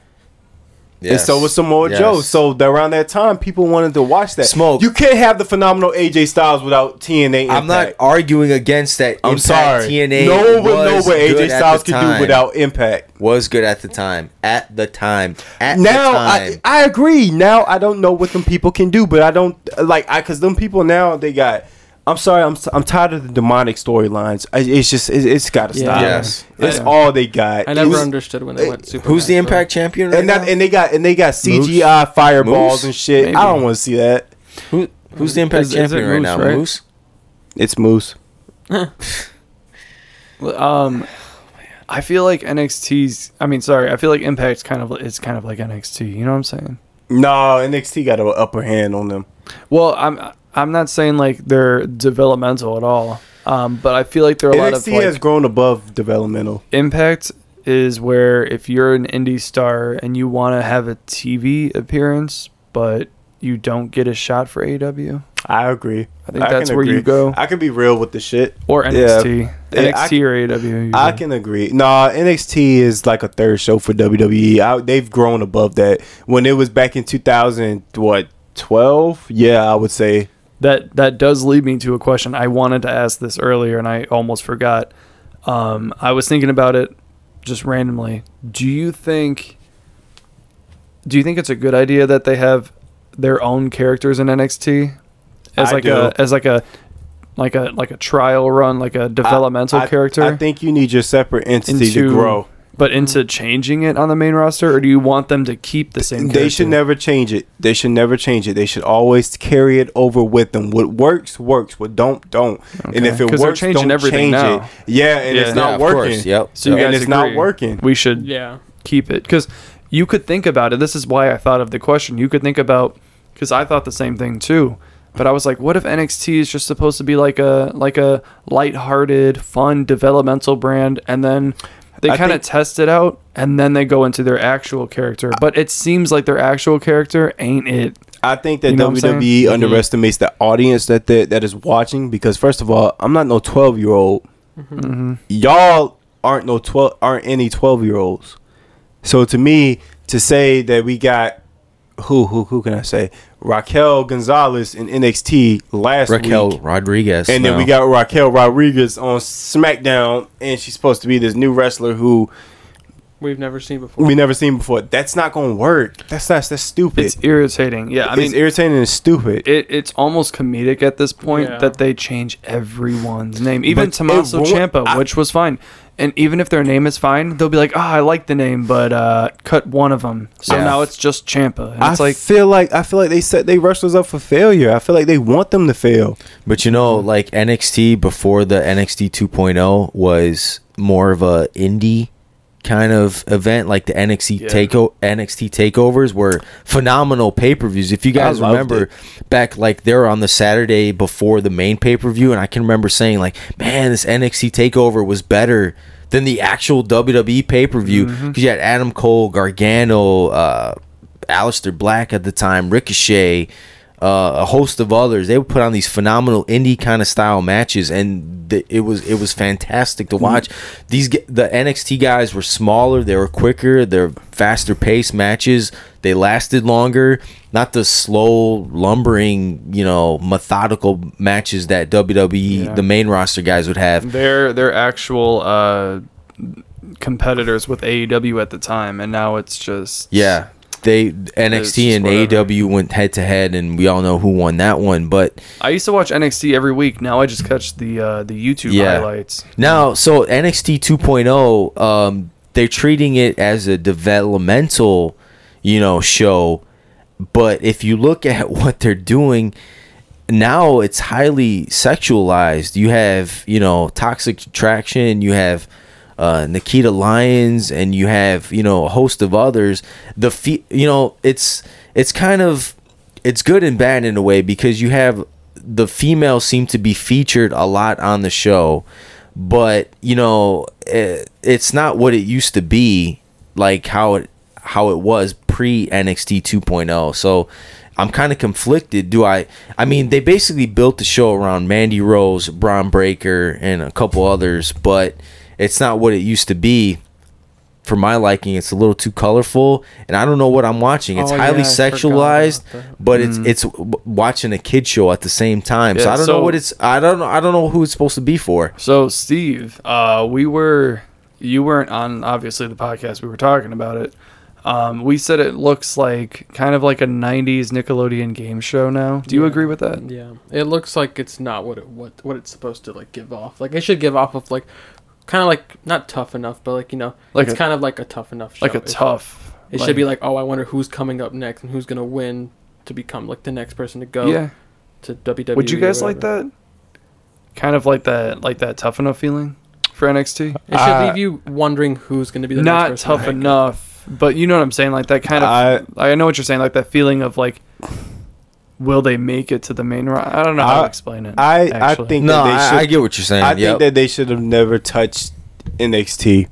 Speaker 2: and so was Samoa
Speaker 3: Yes.
Speaker 2: Joe. So that- around that time, people wanted to watch that.
Speaker 3: Smoke.
Speaker 2: You can't have the phenomenal AJ Styles without TNA.
Speaker 3: I'm not
Speaker 2: Impact.
Speaker 3: arguing against that.
Speaker 2: I'm
Speaker 3: Impact
Speaker 2: sorry.
Speaker 3: TNA
Speaker 2: no one would know
Speaker 3: was
Speaker 2: what AJ
Speaker 3: good at
Speaker 2: Styles
Speaker 3: the
Speaker 2: could
Speaker 3: time.
Speaker 2: do without Impact.
Speaker 3: was good at the time. At the time. At
Speaker 2: now
Speaker 3: the time.
Speaker 2: I, I agree now i don't know what them people can do but i don't like i because them people now they got i'm sorry i'm, s- I'm tired of the demonic storylines I- it's just it, it's gotta
Speaker 4: Yeah.
Speaker 2: stop
Speaker 3: Yes.
Speaker 2: it's
Speaker 1: Yeah.
Speaker 2: all they got
Speaker 4: I never
Speaker 2: It's-
Speaker 4: understood when they went super.
Speaker 3: Who's the Impact champion right
Speaker 2: and that,
Speaker 3: now?
Speaker 2: and they got and they got cgi
Speaker 3: Moose?
Speaker 2: fireballs and shit
Speaker 1: Maybe.
Speaker 2: i don't want to see that
Speaker 3: Who, who's the Impact
Speaker 1: Is- is it
Speaker 3: champion right
Speaker 1: Moose,
Speaker 3: now?
Speaker 1: right?
Speaker 3: Moose?
Speaker 2: it's moose
Speaker 1: Um, I feel like NXT's. I mean, sorry. I feel like Impact's kind of. It's kind of like NXT. You know what I'm saying?
Speaker 2: no nxt got an upper hand on them
Speaker 1: Well, I'm. I'm not saying like they're developmental at all. Um, but I feel like there are a lot of
Speaker 2: nxt
Speaker 1: like,
Speaker 2: has grown above developmental
Speaker 1: Impact is where if you're an indie star and you want to have a TV appearance, but you don't get a shot for AW
Speaker 2: i agree
Speaker 1: I think that's
Speaker 2: can
Speaker 1: where you go.
Speaker 2: i can be real with the shit
Speaker 1: or NXT,
Speaker 2: Yeah, I-
Speaker 1: NXT or AW. usually.
Speaker 2: I can agree. Nah, NXT is like a third show for WWE. I, they've grown above that. When it was back in 2000, what, 12? Yeah, I would say.
Speaker 1: that that does lead me to a question I wanted to ask this earlier and I almost forgot. Um, I was thinking about it just randomly. Do you think do you think it's a good idea that they have their own characters in NXT as
Speaker 2: I
Speaker 1: like
Speaker 2: do.
Speaker 1: a as like a like a like a trial run like a developmental
Speaker 2: I-
Speaker 1: character
Speaker 2: I think Mm-hmm. you need your separate entity to
Speaker 1: Into-
Speaker 2: grow.
Speaker 1: but into changing it on the main roster or do you want them to keep the same
Speaker 2: They should
Speaker 1: character?
Speaker 2: never change it. They should never change it. They should always carry it over with them. What works, works. What don't, don't. And if it
Speaker 1: 'Cause
Speaker 2: works,
Speaker 1: they're changing
Speaker 2: don't
Speaker 1: everything
Speaker 2: change
Speaker 1: now.
Speaker 2: it. Yeah, and
Speaker 1: Yeah.
Speaker 2: it's
Speaker 3: Yeah,
Speaker 2: not
Speaker 3: of
Speaker 2: working.
Speaker 3: course. Yep.
Speaker 1: So you
Speaker 2: And
Speaker 1: guys
Speaker 2: it's not
Speaker 1: agree.
Speaker 2: working.
Speaker 1: We should
Speaker 4: Yeah.
Speaker 1: keep it because you could think about it this is why i thought of the question you could think about because i thought the same thing too but i was like what if nxt is just supposed to be like a like a light-hearted fun developmental brand and then they
Speaker 2: I
Speaker 1: kind of
Speaker 2: think-
Speaker 1: test it out and then they go into their actual character but it seems like their actual character ain't it
Speaker 2: I think that
Speaker 1: You know what I'm saying?
Speaker 2: WWE underestimates the
Speaker 1: Mm-hmm.
Speaker 2: audience that, that that is watching because first of all, I'm not no 12 year old.
Speaker 1: Mm-hmm.
Speaker 2: Y'all aren't no 12 aren't any 12 year olds. So to me, to say that we got who who who can I say Raquel Gonzalez in NXT last
Speaker 3: Raquel
Speaker 2: week,
Speaker 3: Rodriguez.
Speaker 2: and then
Speaker 3: now.
Speaker 2: we got Raquel Rodriguez on SmackDown, and she's supposed to be this new wrestler who
Speaker 4: We've never seen before.
Speaker 2: we never seen before. That's not gonna work. That's not that's stupid.
Speaker 1: it's irritating yeah i mean
Speaker 2: it's irritating and stupid.
Speaker 1: it, it's almost comedic at this point
Speaker 4: Yeah.
Speaker 1: that they change everyone's name. Even
Speaker 2: But it
Speaker 1: Tommaso
Speaker 2: ruin-
Speaker 1: Ciampa,
Speaker 2: I-
Speaker 1: which was fine. And even if their name is fine, they'll be like, "Ah, I like the name, but uh, cut one of them." So
Speaker 3: Yeah.
Speaker 1: now it's just Ciampa. And
Speaker 2: I
Speaker 1: it's like
Speaker 2: feel like I feel like they set they wrestlers up for failure. I feel like they want them to fail.
Speaker 3: But you know,
Speaker 2: Mm-hmm.
Speaker 3: like NXT before the NXT 2.0 was more of a indie kind of event, like the NXT
Speaker 1: Yeah.
Speaker 3: takeo NXT takeovers were phenomenal pay per views. If you guys
Speaker 2: loved
Speaker 3: remember
Speaker 2: it.
Speaker 3: back, like they were on the Saturday before the main pay per view, and I can remember saying like, "Man, this NXT takeover was better." Than the actual WWE pay per view because
Speaker 2: Mm-hmm.
Speaker 3: you had Adam Cole, Gargano, uh, Aleister Black at the time, Ricochet, uh, a host of others. They would put on these phenomenal indie kind of style matches, and the, it was it was fantastic to watch. These g- the NXT guys were smaller, they were quicker, they're faster paced matches. They lasted longer, not the slow, lumbering, you know, methodical matches that WWE
Speaker 1: Yeah.
Speaker 3: the main roster guys would have.
Speaker 1: They're they're actual uh, competitors with AEW at the time, and now it's just
Speaker 3: Yeah, they NXT
Speaker 1: just
Speaker 3: and
Speaker 1: whatever.
Speaker 3: AEW went head to head, and we all know who won that one. But
Speaker 1: I used to watch NXT every week. Now I just catch the uh, the YouTube
Speaker 3: Yeah.
Speaker 1: highlights.
Speaker 3: now, so NXT 2.0, um, they're treating it as a developmental, you know, show. But if you look at what they're doing now, it's highly sexualized. You have, you know, toxic attraction. You have. Uh, Nikita Lyons and you have you know a host of others. The fe- you know it's it's kind of it's good and bad in a way because you have the females seem to be featured a lot on the show, but you know it, it's not what it used to be like how it how it was pre NXT 2.0. oh. So I'm kind of conflicted. Do I? I mean, they basically built the show around Mandy Rose, Braun Breaker, and a couple others, but it's not what it used to be. For my liking, it's a little too colorful, and I don't know what I'm watching. It's
Speaker 4: Oh,
Speaker 3: highly
Speaker 4: yeah, I forgot
Speaker 3: sexualized,
Speaker 4: about that.
Speaker 3: but it's it's w- watching a kid show at the same time.
Speaker 1: Mm.
Speaker 3: so
Speaker 1: Yeah,
Speaker 3: I don't
Speaker 1: so-
Speaker 3: know what it's. I don't know. I don't know who it's supposed to be for.
Speaker 1: So Steve, uh, we were you weren't on obviously the podcast. We were talking about it. Um, we said it looks like kind of like a '90s Nickelodeon game show now. Do you
Speaker 4: Yeah.
Speaker 1: agree with that?
Speaker 4: Yeah, it looks like it's not what it what what it's supposed to like give off. Like it should give off of like kind of like not tough enough, but like you know,
Speaker 1: Like
Speaker 4: like it's
Speaker 1: a-
Speaker 4: kind of like a tough enough. Show.
Speaker 1: Like a
Speaker 4: It-
Speaker 1: tough.
Speaker 4: It should be like, oh, I wonder who's coming up next and who's gonna win to become like the next person to go E,
Speaker 1: yeah.
Speaker 4: to WWE.
Speaker 1: Would you
Speaker 4: or
Speaker 1: guys like
Speaker 4: whatever.
Speaker 1: that? Kind of like that, like that tough enough feeling for NXT.
Speaker 4: It should
Speaker 2: Uh,
Speaker 4: leave you wondering who's gonna be the
Speaker 1: Not
Speaker 4: next person.
Speaker 1: tough enough, but you know what I'm saying. Like that kind of.
Speaker 2: I-
Speaker 1: I, know what you're saying. Like that feeling of like, will they make it to the main? Ro- I don't know how to
Speaker 2: I-
Speaker 1: explain it.
Speaker 2: I I
Speaker 1: actually.
Speaker 2: think
Speaker 3: No,
Speaker 2: that they
Speaker 3: I,
Speaker 2: should.
Speaker 3: I get what you're saying.
Speaker 2: I
Speaker 3: I
Speaker 2: think that they should have never touched NXT.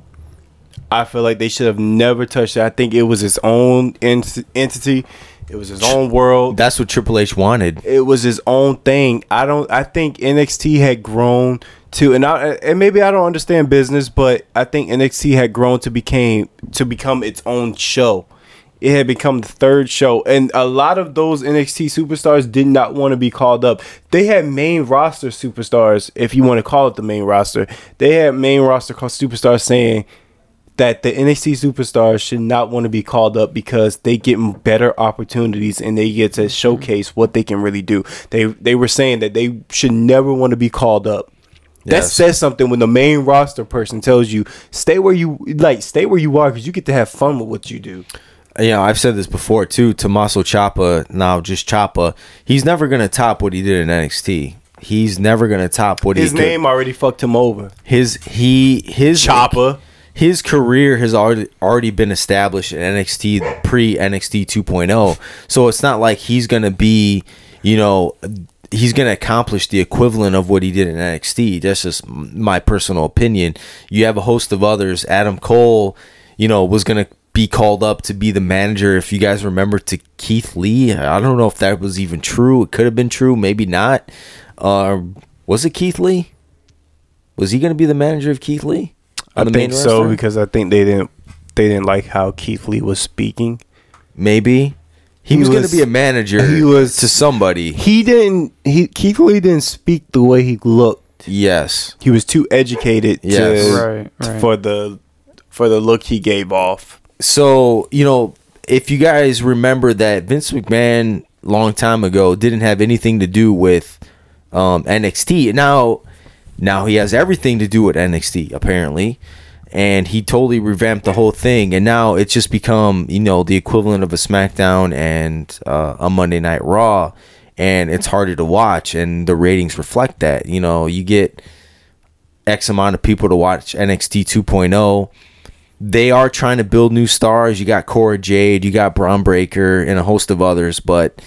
Speaker 2: I feel like they should have never touched it. I think it was its own ent- entity. It was its own world.
Speaker 3: that's what Triple H wanted.
Speaker 2: it was his own thing. I don't. I think NXT had grown to, and I and maybe I don't understand business, but I think NXT had grown to became to become its own show. It had become the third show, and a lot of those NXT superstars did not want to be called up. They had main roster superstars, if you want to call it the main roster. They had main roster called superstars saying that the NXT superstars should not want to be called up because they get better opportunities and they get to showcase what they can really do. They they were saying that they should never want to be called up. That
Speaker 3: Yes.
Speaker 2: says something when the main roster person tells you stay where you like stay where you are because you get to have fun with what you do.
Speaker 3: you know, I've said this before too. Tommaso Ciampa, now just Ciampa, he's never gonna top what he did in NXT. He's never gonna top what
Speaker 2: His
Speaker 3: he
Speaker 2: name already fucked him over.
Speaker 3: Could, his he his
Speaker 2: Ciampa.
Speaker 3: His career has already already been established in NXT pre NXT 2.0, oh. so it's not like he's gonna be, you know, he's gonna accomplish the equivalent of what he did in NXT. That's just m- my personal opinion. You have a host of others. Adam Cole, you know, was gonna be called up to be the manager. If you guys remember, to Keith Lee, I don't know if that was even true. It could have been true, maybe not. Uh, was it Keith Lee? Was he going to be the manager of Keith Lee?
Speaker 2: I
Speaker 3: on the main
Speaker 2: think so
Speaker 3: roster?
Speaker 2: because I think they didn't they didn't like how Keith Lee was speaking.
Speaker 3: maybe he,
Speaker 2: He
Speaker 3: was, going
Speaker 2: was-
Speaker 3: to be a manager.
Speaker 2: he was-
Speaker 3: to somebody.
Speaker 2: He didn't. He Keith Lee didn't speak the way he looked.
Speaker 3: Yes,
Speaker 2: he was too educated
Speaker 3: Yes.
Speaker 2: to,
Speaker 1: Right, right.
Speaker 2: for the for the look he gave off.
Speaker 3: so you know if you guys remember that Vince McMahon long time ago didn't have anything to do with um, NXT. Now, now he has everything to do with NXT apparently, and he totally revamped the whole thing. And now it's just become you know the equivalent of a SmackDown and uh, a Monday Night Raw, and it's harder to watch, and the ratings reflect that. You know, you get X amount of people to watch NXT 2.0 they are trying to build new stars. You got Cora Jade, you got Braun Breaker, and a host of others, but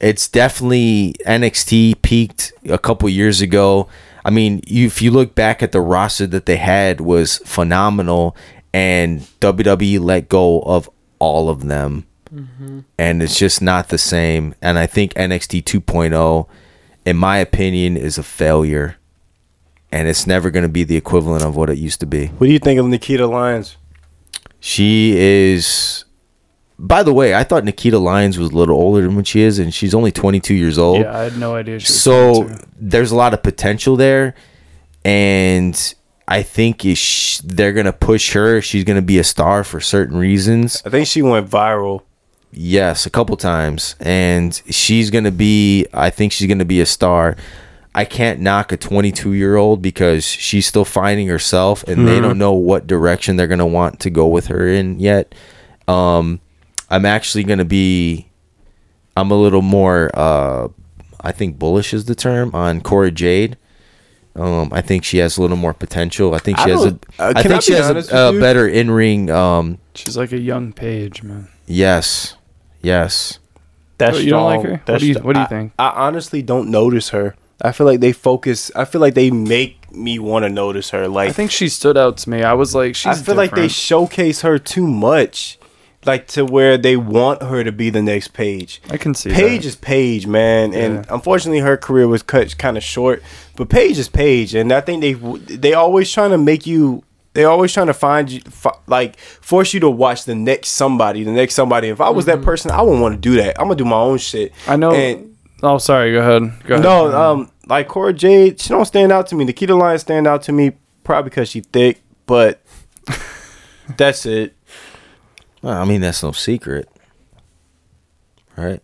Speaker 3: it's definitely NXT peaked a couple years ago. I mean, you, if you look back at the roster that they had E was phenomenal, and WWE let go of all of them. and it's just not the same. And I think NXT 2.0, oh, in my opinion, is a failure, and it's never going to be the equivalent of what it used to be.
Speaker 2: What do you think of Nikita Lyons?
Speaker 3: She is. By the way, I thought Nikita Lyons was a little older than what she is, and she's only 22 years
Speaker 2: Oh.
Speaker 3: old.
Speaker 1: Yeah, I had no idea. She was
Speaker 3: so
Speaker 1: going to.
Speaker 3: there's a lot of potential there, and I think if sh- they're gonna push her. She's gonna be a star for certain reasons.
Speaker 2: I think she went viral.
Speaker 3: Yes, a couple times, and she's gonna be. I think she's gonna be a star. I can't knock a 22 year old because she's still finding herself, and they
Speaker 2: Mm-hmm.
Speaker 3: don't know what direction they're gonna want to go with her in yet. Um, I'm actually gonna be I'm a little more, uh, I think bullish is the term on Cora Jade. Um, I think she has a little more potential. I think
Speaker 2: I
Speaker 3: she has a,
Speaker 2: don't- uh,
Speaker 3: I
Speaker 2: can I
Speaker 3: think she
Speaker 2: be
Speaker 3: has
Speaker 2: honest
Speaker 3: a,
Speaker 2: with
Speaker 3: a
Speaker 2: you?
Speaker 3: better in ring. Um,
Speaker 1: She's like a young page, man.
Speaker 3: yes, yes.
Speaker 2: That's
Speaker 1: You don't like her? What do you- what do you
Speaker 2: I-
Speaker 1: think?
Speaker 2: I honestly don't notice her. I feel like they focus. I feel like they make me want to notice her. Like
Speaker 1: I think she stood out to me. I was like, she's.
Speaker 2: I feel like they
Speaker 1: different.
Speaker 2: showcase her too much, like to where they want her to be the next page.
Speaker 1: I can see
Speaker 2: Paige
Speaker 1: that.
Speaker 2: is Paige, man,
Speaker 1: Yeah.
Speaker 2: and unfortunately her career was cut kind of short. But Paige is Paige, and I think they they always trying to make you. They always trying to find you, fi- like force you to watch the next somebody, the next somebody. If I was that person, I wouldn't want to do that. I'm gonna do my own shit.
Speaker 1: Mm-hmm. I know.
Speaker 2: And
Speaker 1: oh, sorry. Go ahead. Go ahead.
Speaker 2: no, um, like Cora Jade, she don't stand out to me. Nikita Lyons stand out to me probably because she thick, but that's it.
Speaker 3: Well, I mean that's no secret, right?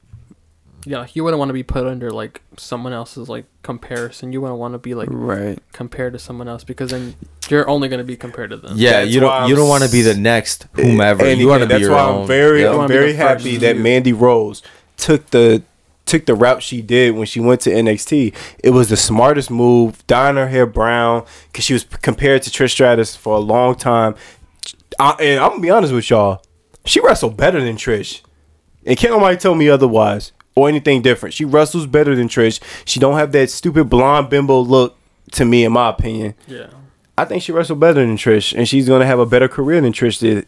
Speaker 4: Yeah, like, you wouldn't want to be put under like someone else's like comparison. You wouldn't want to be like
Speaker 1: Right.
Speaker 4: compared to someone else because then you're only gonna be compared to them.
Speaker 3: Yeah,
Speaker 2: That's
Speaker 3: you
Speaker 2: why
Speaker 3: don't you
Speaker 2: I'm
Speaker 3: don't want to be the
Speaker 2: s-
Speaker 3: next whomever.
Speaker 2: And
Speaker 3: you want to
Speaker 2: again,
Speaker 3: be your
Speaker 2: That's why
Speaker 3: own.
Speaker 2: I'm very,
Speaker 3: Yep.
Speaker 4: wanna
Speaker 2: I'm
Speaker 4: be the
Speaker 2: very
Speaker 4: first
Speaker 2: happy
Speaker 4: to
Speaker 2: that
Speaker 4: do it.
Speaker 2: Mandy Rose took the took the route she did when she went to NXT. It was the smartest move. Dyeing her hair brown because she was p- compared to Trish Stratus for a long time. I, and I'm gonna be honest with y'all, she wrestled better than Trish. And can't nobody tell me otherwise or anything different. She wrestles better than Trish. She don't have that stupid blonde bimbo look to me, in my opinion.
Speaker 4: Yeah.
Speaker 2: I think she wrestled better than Trish, and she's gonna have a better career than Trish did.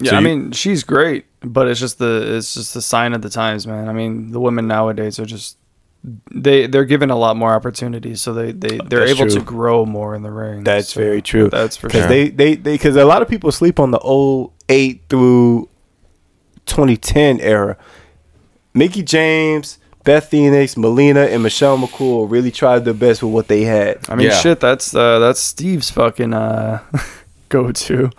Speaker 1: Yeah,
Speaker 2: So
Speaker 1: I
Speaker 2: you-
Speaker 1: mean, she's great, but it's just the it's just the sign of the times, man. I mean, the women nowadays are just they they're given a lot more opportunities, so they they they're
Speaker 2: That's
Speaker 1: able to
Speaker 2: true.
Speaker 1: grow more in the ring.
Speaker 2: That's
Speaker 1: so
Speaker 2: very true.
Speaker 1: That's for
Speaker 2: because
Speaker 1: sure.
Speaker 2: they they they because a lot of people sleep on the old eight through 2010 era. Mickey James, Beth Phoenix, Melina, and Michelle McCool really tried their best with what they had.
Speaker 1: I mean,
Speaker 3: Yeah.
Speaker 1: shit, that's uh, that's Steve's fucking uh, go to.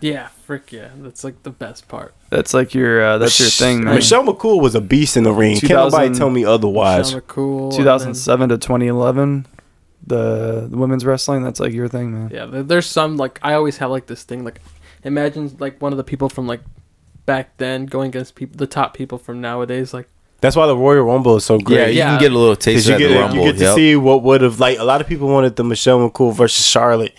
Speaker 4: Yeah, frick yeah. That's like the best part.
Speaker 1: That's like your uh, that's your thing, man.
Speaker 2: Michelle McCool was a beast in the ring. Can't
Speaker 1: 2000
Speaker 2: nobody tell me otherwise.
Speaker 4: Michelle McCool, and then-
Speaker 1: 2007 to 2011, the, the women's wrestling. That's like your thing, man.
Speaker 4: Yeah, there, there's some like I always have like this thing like imagine like one of the people from like back then going against people the top people from nowadays like
Speaker 2: That's why the Royal Rumble is so great.
Speaker 3: yeah, you
Speaker 4: Yeah.
Speaker 3: can get a little
Speaker 2: Because
Speaker 3: taste
Speaker 2: you
Speaker 3: of that
Speaker 2: get,
Speaker 3: at the
Speaker 2: to-
Speaker 3: rumble.
Speaker 2: you get to
Speaker 3: yep.
Speaker 2: see what would have like a lot of people wanted the Michelle McCool versus Charlotte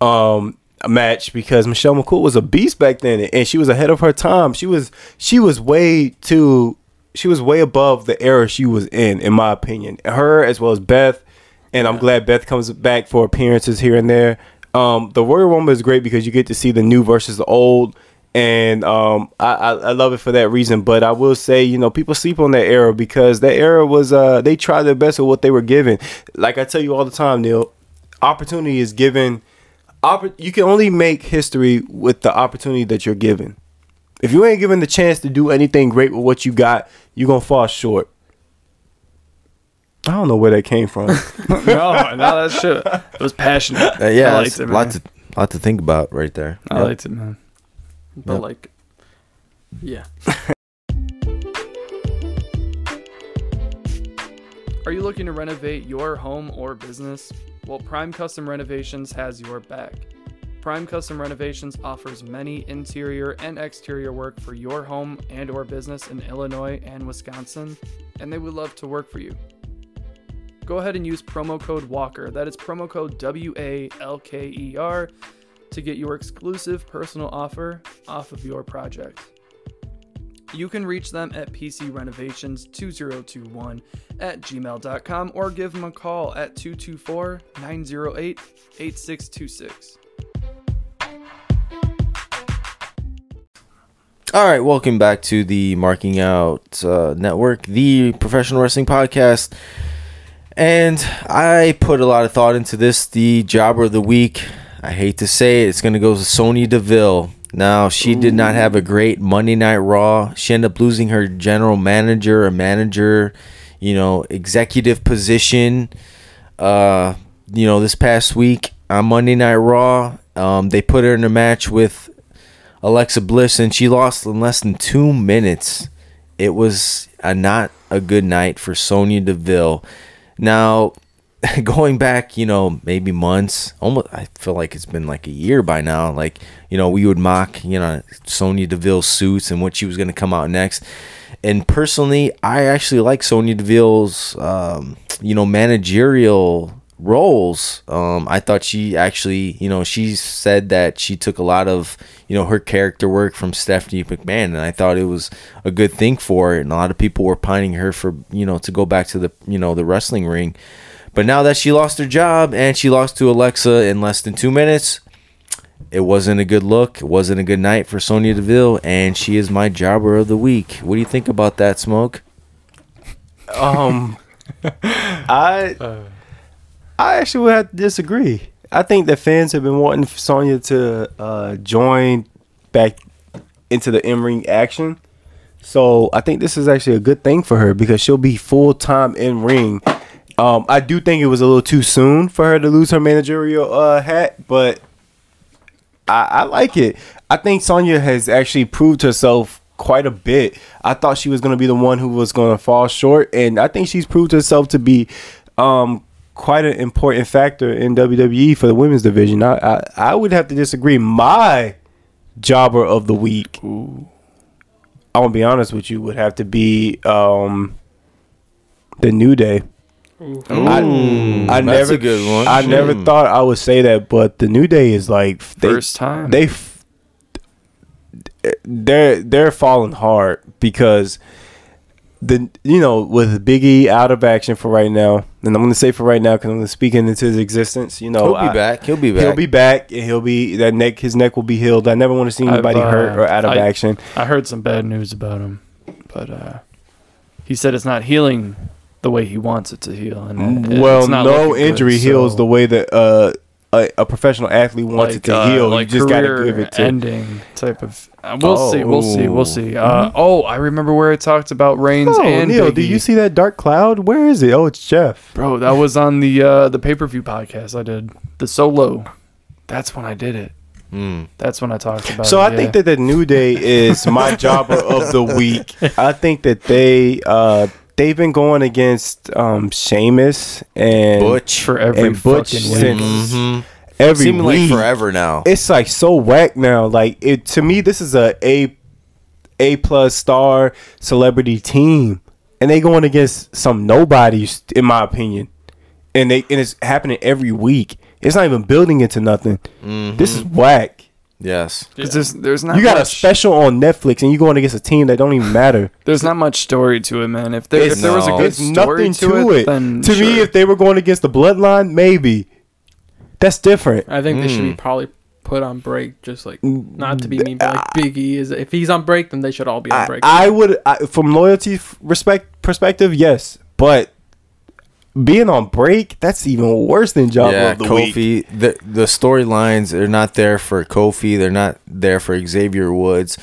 Speaker 2: um match because Michelle McCool was a beast back then and she was ahead of her time. She was she was way too she was way above the era she was in, in my opinion. Her as well as Beth. And I'm glad Beth comes back for appearances here and there. Um, the Royal Rumble is great because you get to see the new versus the old, and um, I, I I love it for that reason. But I will say, you know, people sleep on that era because that era was uh, they tried their best with what they were given. Like I tell you all the time, Neil, opportunity is given. Oppor- you can only make history with the opportunity that you're given. If you ain't given the chance to do anything great with what you got, you're gonna fall short. I don't know where that came from.
Speaker 1: no, no, that shit. Oh, It was passionate.
Speaker 3: Uh, yeah,
Speaker 1: I liked
Speaker 3: that's a
Speaker 1: it, man.
Speaker 3: lot to lot to think about right there.
Speaker 1: I
Speaker 3: Yep.
Speaker 1: liked it, man.
Speaker 4: but
Speaker 3: Yep.
Speaker 4: like yeah.
Speaker 1: Are you looking to renovate your home or business? Well, Prime Custom Renovations has your back. Prime Custom Renovations offers many interior and exterior work for your home and or business in Illinois and Wisconsin, and they would love to work for you. Go ahead and use promo code WALKER, that is promo code W A L K E R to get your exclusive personal offer off of your project. You can reach them at PCRenovations2021 at gmail.com or give them a call at 224 908 8626.
Speaker 3: All right, welcome back to the Marking Out uh, Network, the professional wrestling podcast. And I put a lot of thought into this. The jobber of the week, I hate to say it, it's going to go to Sonya Deville. Now, she did not have a great Monday Night Raw. She ended up losing her general manager, a manager, you know, executive position. Uh, you know, this past week on Monday Night Raw, um, they put her in a match with Alexa Bliss, and she lost in less than two minutes. It was a, not a good night for Sonya Deville. Now, going back, you know, maybe months, almost, I feel like it's been like a year by now. Like, you know, we would mock, you know, Sonya Deville suits and what she was going to come out next. And personally, I actually like Sonya Deville's, um, you know, managerial roles. Um, I thought she actually, you know, she said that she took a lot of, you know, her character work from Stephanie McMahon, and I thought it was a good thing for her. And a lot of people were pining her for, you know, to go back to the, you know, the wrestling ring. But now that she lost her job and she lost to Alexa in less than two minutes, it wasn't a good look. It wasn't a good night for Sonya Deville, and she is my jobber of the week. What do you think about that, Smoke?
Speaker 2: Um, I I actually would have to disagree. I think the fans have been wanting Sonya to uh, join back into the in ring action. So I think this is actually a good thing for her because she'll be full time in ring. Um, I do think it was a little too soon for her to lose her managerial uh, hat, but I, I like it. I think Sonya has actually proved herself quite a bit. I thought she was going to be the one who was going to fall short, and I think she's proved herself to be um, quite an important factor in WWE for the women's division. I, I, I would have to disagree. My jobber of the week, I'm going to be honest with you, would have to be um, the New Day. I, I
Speaker 3: that's
Speaker 2: never,
Speaker 3: a good one.
Speaker 2: I never
Speaker 3: Hmm.
Speaker 2: thought I would say that, but the New Day is like they,
Speaker 1: First time.
Speaker 2: they f- they're they're falling hard because the you know with Biggie out of action for right now, and I'm gonna say for right now because I'm gonna speak into his existence. You know,
Speaker 3: He'll
Speaker 2: I-
Speaker 3: be back. He'll be back.
Speaker 2: uh, He'll be back, and he'll be that neck. His neck will be healed. I never want to see
Speaker 1: I've,
Speaker 2: anybody
Speaker 1: uh,
Speaker 2: hurt or out of
Speaker 1: I-
Speaker 2: action.
Speaker 1: I heard some bad news about him, but uh, he said it's not healing the way he wants it to heal. And it-
Speaker 2: Mm, well,
Speaker 1: it's not
Speaker 2: no
Speaker 1: looking good,
Speaker 2: injury heals
Speaker 1: so,
Speaker 2: the way that uh, a, a professional athlete wants it to
Speaker 1: uh,
Speaker 2: heal.
Speaker 1: like
Speaker 2: you just gotta
Speaker 1: career
Speaker 2: give it to.
Speaker 1: ending type of. Uh, we'll see, we'll see,
Speaker 3: Oh.
Speaker 1: we'll see. Uh, Oh, I remember where it talked about Reigns
Speaker 2: Mm-hmm. Oh,
Speaker 1: and
Speaker 2: Neil,
Speaker 1: Big
Speaker 2: do
Speaker 1: E.
Speaker 2: you see that dark cloud? Where is it? Oh, it's Jeff.
Speaker 1: Bro, that was on the uh, the pay per view podcast I did. The solo. That's when I did it.
Speaker 3: Mm.
Speaker 1: That's when I talked about
Speaker 2: So
Speaker 1: it.
Speaker 2: I think that the New Day is my jobber of the week. I think that they uh they've been going against um Sheamus and
Speaker 3: Butch
Speaker 1: for every
Speaker 2: and Butch
Speaker 1: fucking
Speaker 2: since
Speaker 1: week.
Speaker 3: Mhm.
Speaker 2: every
Speaker 3: Seeming like
Speaker 2: week.
Speaker 3: forever now.
Speaker 2: It's like so whack now. Like it to me, this is a A A plus star celebrity team, and they going against some nobodies, in my opinion. And they and it's happening every week. It's not even building into nothing. This is
Speaker 3: Mm-hmm.
Speaker 2: whack.
Speaker 3: yes.
Speaker 1: Because there's, there's not
Speaker 2: You got a
Speaker 1: much,
Speaker 2: special on Netflix, and you going against a team that don't even matter.
Speaker 1: there's not much story to it, man. If there, if
Speaker 2: It's-
Speaker 1: there was a
Speaker 3: no.
Speaker 1: good
Speaker 2: There's
Speaker 1: story
Speaker 2: nothing
Speaker 1: to, it, then
Speaker 2: to me,
Speaker 1: sure.
Speaker 2: if they were going against the bloodline, maybe that's different.
Speaker 4: I think they should be
Speaker 2: Hmm.
Speaker 4: probably put on break, just like not to be mean, but like Big E is. If he's on break, then they should all be on
Speaker 2: I,
Speaker 4: break.
Speaker 2: I would, I, from loyalty f- respect perspective, yes, but being on break, that's even worse than job
Speaker 3: yeah,
Speaker 2: of the
Speaker 3: Kofi.
Speaker 2: week.
Speaker 3: The the storylines they're not there for Kofi. They're not there for Xavier Woods.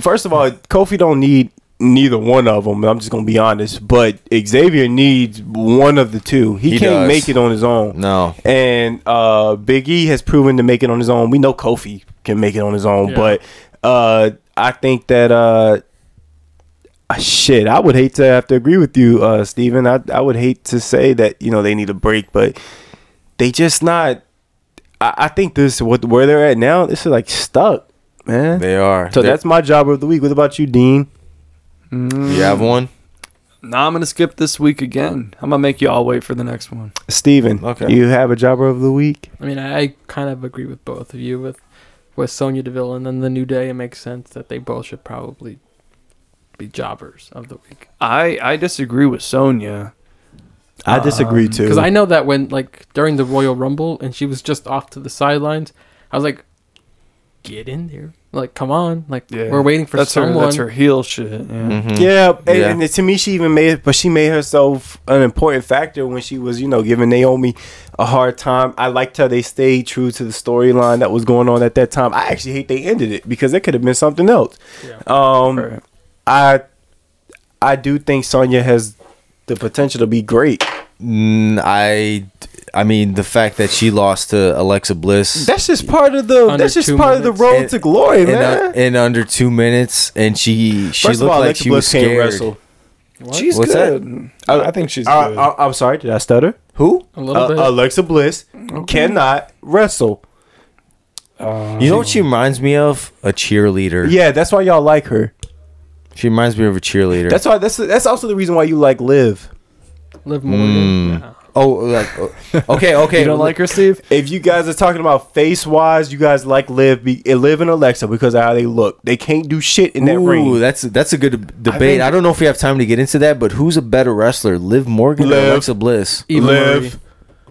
Speaker 2: First of all, Kofi don't need neither one of them. I'm just gonna be honest, but Xavier needs one of the two. He,
Speaker 3: He
Speaker 2: can't
Speaker 3: does.
Speaker 2: make it on his own.
Speaker 3: No.
Speaker 2: and uh, Big E has proven to make it on his own. We know Kofi can make it on his own,
Speaker 4: Yeah.
Speaker 2: but uh, I think that uh, ah, shit, I would hate to have to agree with you, uh, Steven. I I would hate to say that you know they need a break, but they just not. I, I think this what where they're at now. This is like stuck, man.
Speaker 3: They are.
Speaker 2: so
Speaker 3: They're-
Speaker 2: that's my job of the week. What about you, Dean?
Speaker 3: you have one?
Speaker 1: Nah, I'm going to skip this week again. I'm going to make you all wait for the next one.
Speaker 2: Steven,
Speaker 3: Okay.
Speaker 2: you have a jobber of the week.
Speaker 4: I mean, I I kind of agree with both of you with with Sonya Deville and then the New Day. It makes sense that they both should probably be jobbers of the week.
Speaker 1: I, I disagree with Sonya.
Speaker 2: I disagree too.
Speaker 4: Because Um, I know that when like during the Royal Rumble and she was just off to the sidelines, I was like, get in there. Like, come on. Like,
Speaker 1: Yeah.
Speaker 4: we're waiting for
Speaker 1: that's
Speaker 4: someone.
Speaker 1: her. That's her heel shit. Yeah.
Speaker 2: Mm-hmm.
Speaker 3: Mhm.
Speaker 2: Yeah, and,
Speaker 3: Yeah.
Speaker 2: and to me, she even made, but she made herself an important factor when she was, you know, giving Naomi a hard time. I liked how they stayed true to the storyline that was going on at that time. I actually hate they ended it because it could have been something else.
Speaker 4: Yeah.
Speaker 2: Um,
Speaker 1: Right.
Speaker 2: I, I do think Sonya has the potential to be great.
Speaker 3: Mm, I, I mean, the fact that she lost to Alexa Bliss
Speaker 2: That's just part of the.
Speaker 4: Under
Speaker 2: that's just
Speaker 4: two
Speaker 2: part of
Speaker 4: minutes.
Speaker 2: the road
Speaker 3: And-
Speaker 2: to glory,
Speaker 3: in,
Speaker 2: man.
Speaker 3: uh, in under two minutes, and she she
Speaker 2: First of
Speaker 3: looked
Speaker 2: all,
Speaker 3: like
Speaker 2: Alexa
Speaker 3: she
Speaker 2: Bliss
Speaker 3: was
Speaker 2: can't
Speaker 3: scared.
Speaker 2: wrestle.
Speaker 4: What?
Speaker 1: She's
Speaker 3: What's that?
Speaker 1: good. I, I think she's
Speaker 2: I,
Speaker 1: good.
Speaker 2: I, I'm sorry, did I stutter?
Speaker 3: Who?
Speaker 4: a little
Speaker 2: Uh,
Speaker 4: bit.
Speaker 2: Alexa Bliss cannot wrestle.
Speaker 3: You know what she reminds me of? A cheerleader.
Speaker 2: Yeah, that's why y'all like her.
Speaker 3: She reminds me of a cheerleader.
Speaker 2: That's why. That's that's also the reason why you like Liv.
Speaker 4: Liv Morgan. Yeah.
Speaker 3: oh, like oh, okay, okay.
Speaker 1: you don't like her, Steve?
Speaker 2: If you guys are talking about face wise, you guys like Liv, be, and Liv and Alexa because of how they look. They can't do shit in that
Speaker 3: Ooh,
Speaker 2: ring.
Speaker 3: that's that's a good deb- debate. I,
Speaker 1: think-
Speaker 3: don't know if we have time to get into that, but who's a better wrestler, Liv Morgan or
Speaker 2: Liv.
Speaker 3: Alexa Bliss?
Speaker 4: Eva
Speaker 2: Liv.
Speaker 4: Marie.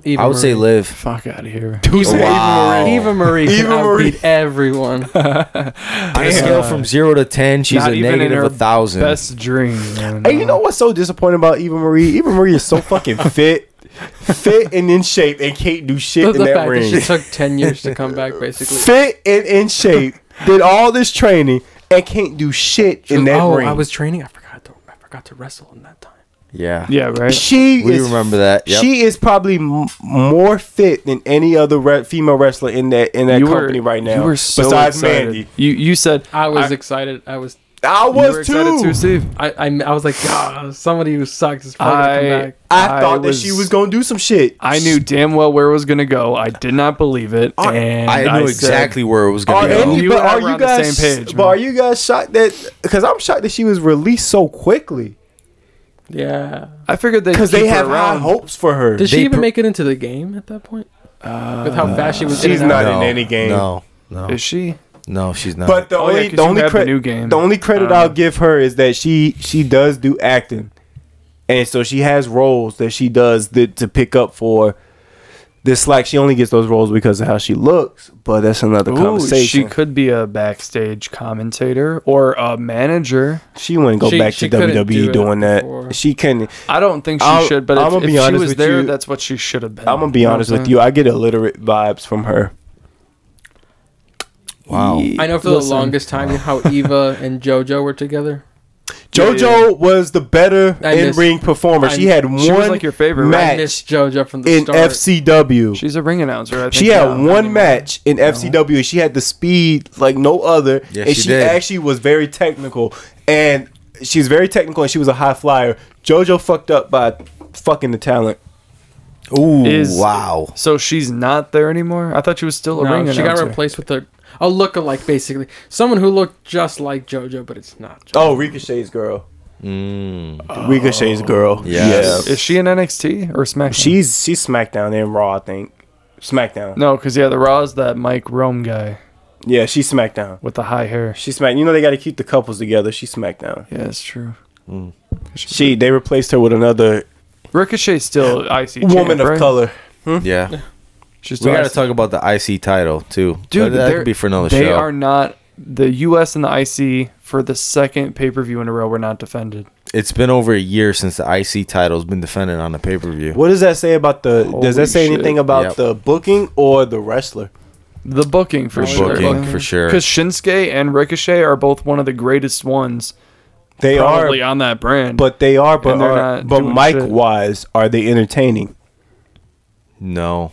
Speaker 4: Eva
Speaker 3: I would say
Speaker 4: Marie.
Speaker 3: Liv.
Speaker 1: Fuck out of here.
Speaker 2: Who said
Speaker 3: Wow.
Speaker 4: Eva Marie.
Speaker 2: Eva
Speaker 4: Eva
Speaker 2: Marie.
Speaker 4: Marie. everyone.
Speaker 3: On a scale from zero to ten, she's
Speaker 1: Not
Speaker 3: a
Speaker 1: even in
Speaker 3: negative
Speaker 1: her
Speaker 3: a thousand.
Speaker 1: Best dream. man.
Speaker 2: Hey, you know what's so disappointing about Eva Marie? Eva Marie is so fucking fit, fit and in shape, and can't do shit
Speaker 4: the
Speaker 2: in that
Speaker 4: fact that
Speaker 2: ring.
Speaker 4: she took 10 years to come back, basically.
Speaker 2: Fit and in shape, did all this training and can't do shit in that
Speaker 4: oh,
Speaker 2: ring.
Speaker 4: I was training. I forgot to. I forgot to wrestle in that time.
Speaker 3: Yeah.
Speaker 1: Yeah, right.
Speaker 2: she
Speaker 3: We
Speaker 2: is
Speaker 3: remember that. Yep.
Speaker 2: She is probably m- more fit than any other re- female wrestler in that in that
Speaker 1: You were-
Speaker 2: company right now.
Speaker 1: You were so
Speaker 2: besides
Speaker 1: excited.
Speaker 2: Mandy,
Speaker 1: You you said
Speaker 4: I was
Speaker 1: I-
Speaker 4: excited. I was.
Speaker 2: I
Speaker 1: you were
Speaker 2: was
Speaker 1: excited
Speaker 2: too.
Speaker 1: too, Steve.
Speaker 4: I. I, I was like, God, somebody who sucks is probably gonna
Speaker 1: I-
Speaker 4: come back.
Speaker 2: I,
Speaker 1: I
Speaker 2: thought
Speaker 1: was-
Speaker 2: that she was gonna do some shit.
Speaker 1: I knew damn well where it was gonna go. I did not believe it,
Speaker 2: I-
Speaker 1: and
Speaker 3: I knew
Speaker 1: said-
Speaker 3: exactly where it was
Speaker 2: Are
Speaker 3: going to go.
Speaker 2: any,
Speaker 1: You
Speaker 2: but
Speaker 1: and I
Speaker 2: are
Speaker 1: were
Speaker 2: you
Speaker 1: on the
Speaker 2: guys?
Speaker 1: same page,
Speaker 2: but
Speaker 1: man.
Speaker 2: are you guys shocked that? Because I'm shocked that she was released so quickly.
Speaker 4: Yeah.
Speaker 1: I figured they
Speaker 2: Because they have high hopes for her.
Speaker 4: Did
Speaker 3: They
Speaker 4: she even
Speaker 3: pr-
Speaker 4: make it into the game at that point? With how fast she was.
Speaker 2: she's
Speaker 4: in and out.
Speaker 2: not- in any game.
Speaker 3: No, no,
Speaker 1: Is she?
Speaker 3: no, she's not.
Speaker 2: But the
Speaker 1: Oh, yeah,
Speaker 2: only
Speaker 1: 'cause
Speaker 2: the
Speaker 1: you
Speaker 2: only
Speaker 1: have the
Speaker 2: credit
Speaker 1: new game.
Speaker 2: the only credit
Speaker 1: Um,
Speaker 2: I'll give her is that she she does do acting, and so she has roles that she does that to pick up for. This like she only gets those roles because of how she looks, but that's another
Speaker 1: Ooh, she
Speaker 2: conversation. She,
Speaker 1: could be a backstage commentator or a manager.
Speaker 2: wouldn't go
Speaker 4: She-
Speaker 2: back
Speaker 4: she
Speaker 2: to
Speaker 4: couldn't
Speaker 2: WWE
Speaker 4: do it
Speaker 2: doing that.
Speaker 4: before.
Speaker 2: She can.
Speaker 1: I don't think she
Speaker 2: I'll-
Speaker 1: should, but
Speaker 2: I'ma
Speaker 1: if, if
Speaker 2: be
Speaker 1: she
Speaker 2: honest
Speaker 1: was
Speaker 2: with
Speaker 1: there,
Speaker 2: you.
Speaker 1: that's what she should have been.
Speaker 2: I'm gonna be
Speaker 1: You know
Speaker 2: honest
Speaker 1: what I'm
Speaker 2: with you. I get illiterate vibes from her.
Speaker 3: wow,
Speaker 4: I know for
Speaker 1: Listen.
Speaker 4: the longest time how Eva and JoJo were together.
Speaker 1: Yeah, yeah,
Speaker 2: JoJo was the better
Speaker 4: I
Speaker 2: in
Speaker 4: miss-
Speaker 2: ring performer.
Speaker 4: I-
Speaker 2: she had
Speaker 1: saying? She was
Speaker 2: one
Speaker 1: like your favorite,
Speaker 2: Matt-
Speaker 1: right?
Speaker 4: I missed JoJo from the
Speaker 2: in
Speaker 4: start.
Speaker 2: FCW.
Speaker 1: She's a ring announcer. I think.
Speaker 2: She had
Speaker 1: now.
Speaker 2: one match in
Speaker 1: Uh-huh.
Speaker 2: FCW. She had the speed like no other,
Speaker 3: Yeah,
Speaker 2: and
Speaker 3: she
Speaker 2: she,
Speaker 3: did.
Speaker 2: actually was very technical. And she's very technical, and she was a high flyer. JoJo fucked up by fucking the talent.
Speaker 3: ooh,
Speaker 1: Is-
Speaker 3: wow.
Speaker 1: So she's not there anymore. I thought she was still a ring
Speaker 4: No, she
Speaker 1: announcer.
Speaker 4: got replaced with a a lookalike, basically someone who looked just like JoJo, but it's not. JoJo.
Speaker 2: Oh, Ricochet's girl.
Speaker 3: Mm.
Speaker 2: Ricochet's
Speaker 3: Oh.
Speaker 2: girl.
Speaker 3: Yes.
Speaker 2: Yeah.
Speaker 1: Is she in NXT or SmackDown?
Speaker 2: She's she's SmackDown and Raw, I think. SmackDown.
Speaker 1: no, because yeah, the Raw's that Mike Rome guy
Speaker 2: Yeah, she's SmackDown.
Speaker 1: with the high hair.
Speaker 2: She Smack. You know they got to keep the couples together. She's SmackDown.
Speaker 1: Yeah, it's true.
Speaker 2: She they replaced her with another
Speaker 1: Ricochet's still IC
Speaker 2: woman
Speaker 1: champ,
Speaker 2: of
Speaker 1: right?
Speaker 2: color.
Speaker 3: Yeah,
Speaker 1: She's
Speaker 3: we
Speaker 1: still
Speaker 3: got to
Speaker 1: IC.
Speaker 3: talk about the IC title too,
Speaker 1: Dude,
Speaker 3: But that
Speaker 1: they're-
Speaker 3: could be for another
Speaker 1: They
Speaker 3: show.
Speaker 1: are not the U.S. and the IC for the second pay per view in a row were not defended.
Speaker 3: it's been over a year since the IC title's been defended on the pay per view.
Speaker 2: What does that say about the? does
Speaker 1: Holy
Speaker 2: that say
Speaker 1: shit.
Speaker 2: anything about
Speaker 3: Yep.
Speaker 2: the booking or the wrestler?
Speaker 1: The booking for
Speaker 3: The
Speaker 1: sure.
Speaker 3: booking, for sure.
Speaker 1: Because Shinsuke and Ricochet are both one of the greatest ones
Speaker 2: They are,
Speaker 1: probably uh, on that brand.
Speaker 2: but they are, but
Speaker 1: And they're
Speaker 2: are-
Speaker 1: not
Speaker 2: but
Speaker 1: doing
Speaker 2: mic
Speaker 1: shit.
Speaker 2: wise, are they entertaining?
Speaker 3: No,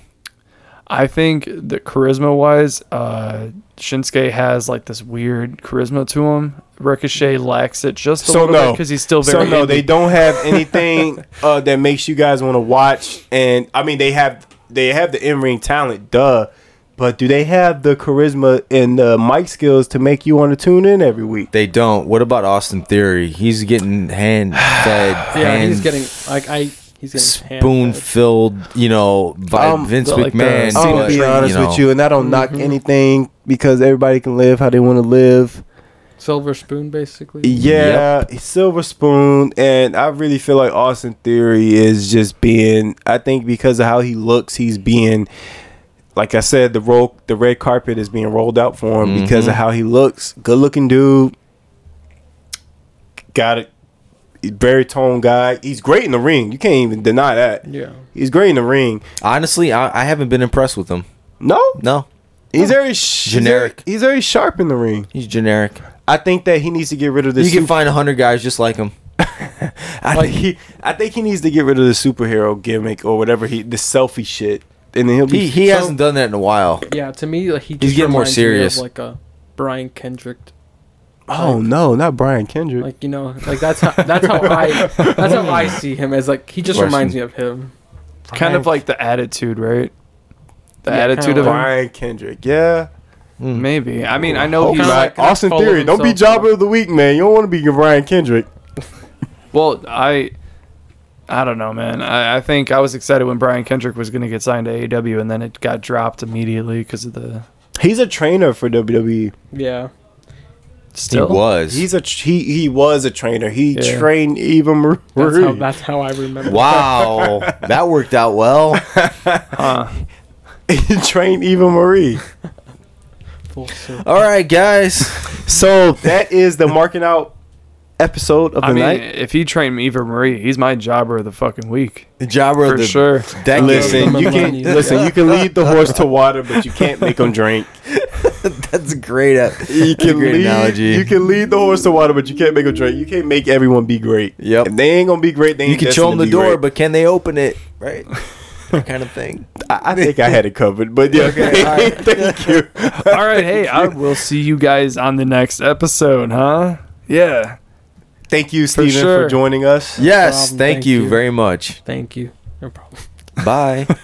Speaker 1: I think that charisma wise, uh, Shinsuke has like this weird charisma to him. Ricochet lacks it just a
Speaker 2: Mm-hmm. So
Speaker 1: little
Speaker 2: no.
Speaker 1: because he's still
Speaker 2: So
Speaker 1: very.
Speaker 2: no, they
Speaker 1: indie.
Speaker 2: don't have anything uh, that makes you guys want to watch. And I mean, they have they have the in ring talent, duh. But do they have the charisma and the mic skills to make you want to tune in every week?
Speaker 3: they don't. What about Austin Theory? He's getting hand fed,
Speaker 4: yeah,
Speaker 3: hand
Speaker 4: he's getting like I. He's getting
Speaker 3: spoon
Speaker 4: hand-fed.
Speaker 3: filled, you know, by
Speaker 2: Um,
Speaker 3: Vince
Speaker 1: like the
Speaker 3: McMahon.
Speaker 1: Cena
Speaker 2: I'm
Speaker 3: but,
Speaker 2: gonna be honest
Speaker 3: know,
Speaker 2: with you, and I don't knock
Speaker 1: Mm-hmm.
Speaker 4: Mhm.
Speaker 2: anything because everybody can live how they want to live.
Speaker 4: silver spoon, basically.
Speaker 3: E-
Speaker 2: Yeah, Silver Spoon, and I really feel like Austin Theory is just being. I think because of how he looks, he's being like I said, the roll the red carpet is being rolled out for him because
Speaker 3: Mhm.
Speaker 2: of how he looks. Good looking dude. Got it. Very tone guy. He's great in the ring. You can't even deny that.
Speaker 4: Yeah.
Speaker 2: He's great in the ring.
Speaker 3: Honestly, I, I haven't been impressed with him.
Speaker 2: No,
Speaker 3: No,
Speaker 2: he's very sh-
Speaker 3: Generic.
Speaker 2: He's very sharp in the ring.
Speaker 3: he's generic.
Speaker 2: I think that he needs to get rid of
Speaker 3: You
Speaker 2: this.
Speaker 3: can find a hundred guys just like him.
Speaker 2: I think he, I think he needs to get rid of the superhero gimmick or whatever he the selfie shit, and then he'll be
Speaker 3: He he
Speaker 2: so-
Speaker 3: hasn't done that in a while.
Speaker 4: Yeah, to me, like, he just
Speaker 3: getting more
Speaker 4: reminds me of,
Speaker 3: serious.
Speaker 4: like a Brian Kendrick.
Speaker 2: Oh no, not Brian Kendrick.
Speaker 4: Like you know, like that's how that's how I that's how I see him as like he just
Speaker 3: Russian.
Speaker 4: reminds me of him.
Speaker 1: Kind of like the attitude, right? The
Speaker 4: Yeah,
Speaker 1: attitude
Speaker 4: kinda
Speaker 1: of him?
Speaker 4: like-
Speaker 2: Brian Kendrick, yeah.
Speaker 1: Maybe. I mean, I know
Speaker 2: Oh,
Speaker 1: he's.
Speaker 4: Kinda like an
Speaker 2: Austin
Speaker 4: asshole
Speaker 2: Theory, don't be
Speaker 4: himself.
Speaker 2: jobber of the week, man. You don't want to be your Brian Kendrick.
Speaker 1: Well, I. I don't know, man. I, I think I was excited when Brian Kendrick was going to get signed to AEW, and then it got dropped immediately because of the.
Speaker 2: He's a trainer for WWE.
Speaker 4: Yeah,
Speaker 1: Still,
Speaker 3: He was.
Speaker 2: He's a tr- he he was a trainer. He
Speaker 1: Yeah.
Speaker 2: trained Eva Marie.
Speaker 4: that's how that's how I remember.
Speaker 3: wow, that worked out well.
Speaker 1: Huh.
Speaker 2: he trained Eva Marie.
Speaker 4: Full circle.
Speaker 3: All right, guys.
Speaker 2: So that is the marking out episode of the
Speaker 1: I mean,
Speaker 2: night.
Speaker 1: if he trained Eva Marie, he's my jobber of the fucking week
Speaker 3: The jobber
Speaker 1: for
Speaker 3: of the
Speaker 1: sure.
Speaker 3: decade.
Speaker 2: Listen,
Speaker 4: Yeah.
Speaker 2: you can
Speaker 4: Yeah.
Speaker 2: listen. You can lead the horse to water, but you can't make him drink.
Speaker 3: that's a great. That's
Speaker 2: You
Speaker 3: a
Speaker 2: can
Speaker 3: great
Speaker 2: lead.
Speaker 3: analogy.
Speaker 2: You can lead the horse to water, but you can't make him drink. You can't make everyone be great.
Speaker 3: Yep.
Speaker 2: If they ain't gonna be great, they ain't
Speaker 3: you can show
Speaker 2: destined
Speaker 3: them
Speaker 2: to
Speaker 3: the
Speaker 2: be
Speaker 3: door,
Speaker 2: great.
Speaker 3: but can they open it? Right, that kind of thing.
Speaker 2: I, I think I had it covered. But yeah,
Speaker 3: Okay, all right.
Speaker 2: thank you.
Speaker 1: All right, hey, I will see you guys on the next episode, huh? Yeah.
Speaker 2: Thank you, Steven, for
Speaker 1: sure.
Speaker 2: joining us.
Speaker 3: Yes,
Speaker 4: problem.
Speaker 3: thank,
Speaker 4: Thank
Speaker 3: you
Speaker 4: you.
Speaker 3: very much.
Speaker 4: Thank you. No problem.
Speaker 3: Bye.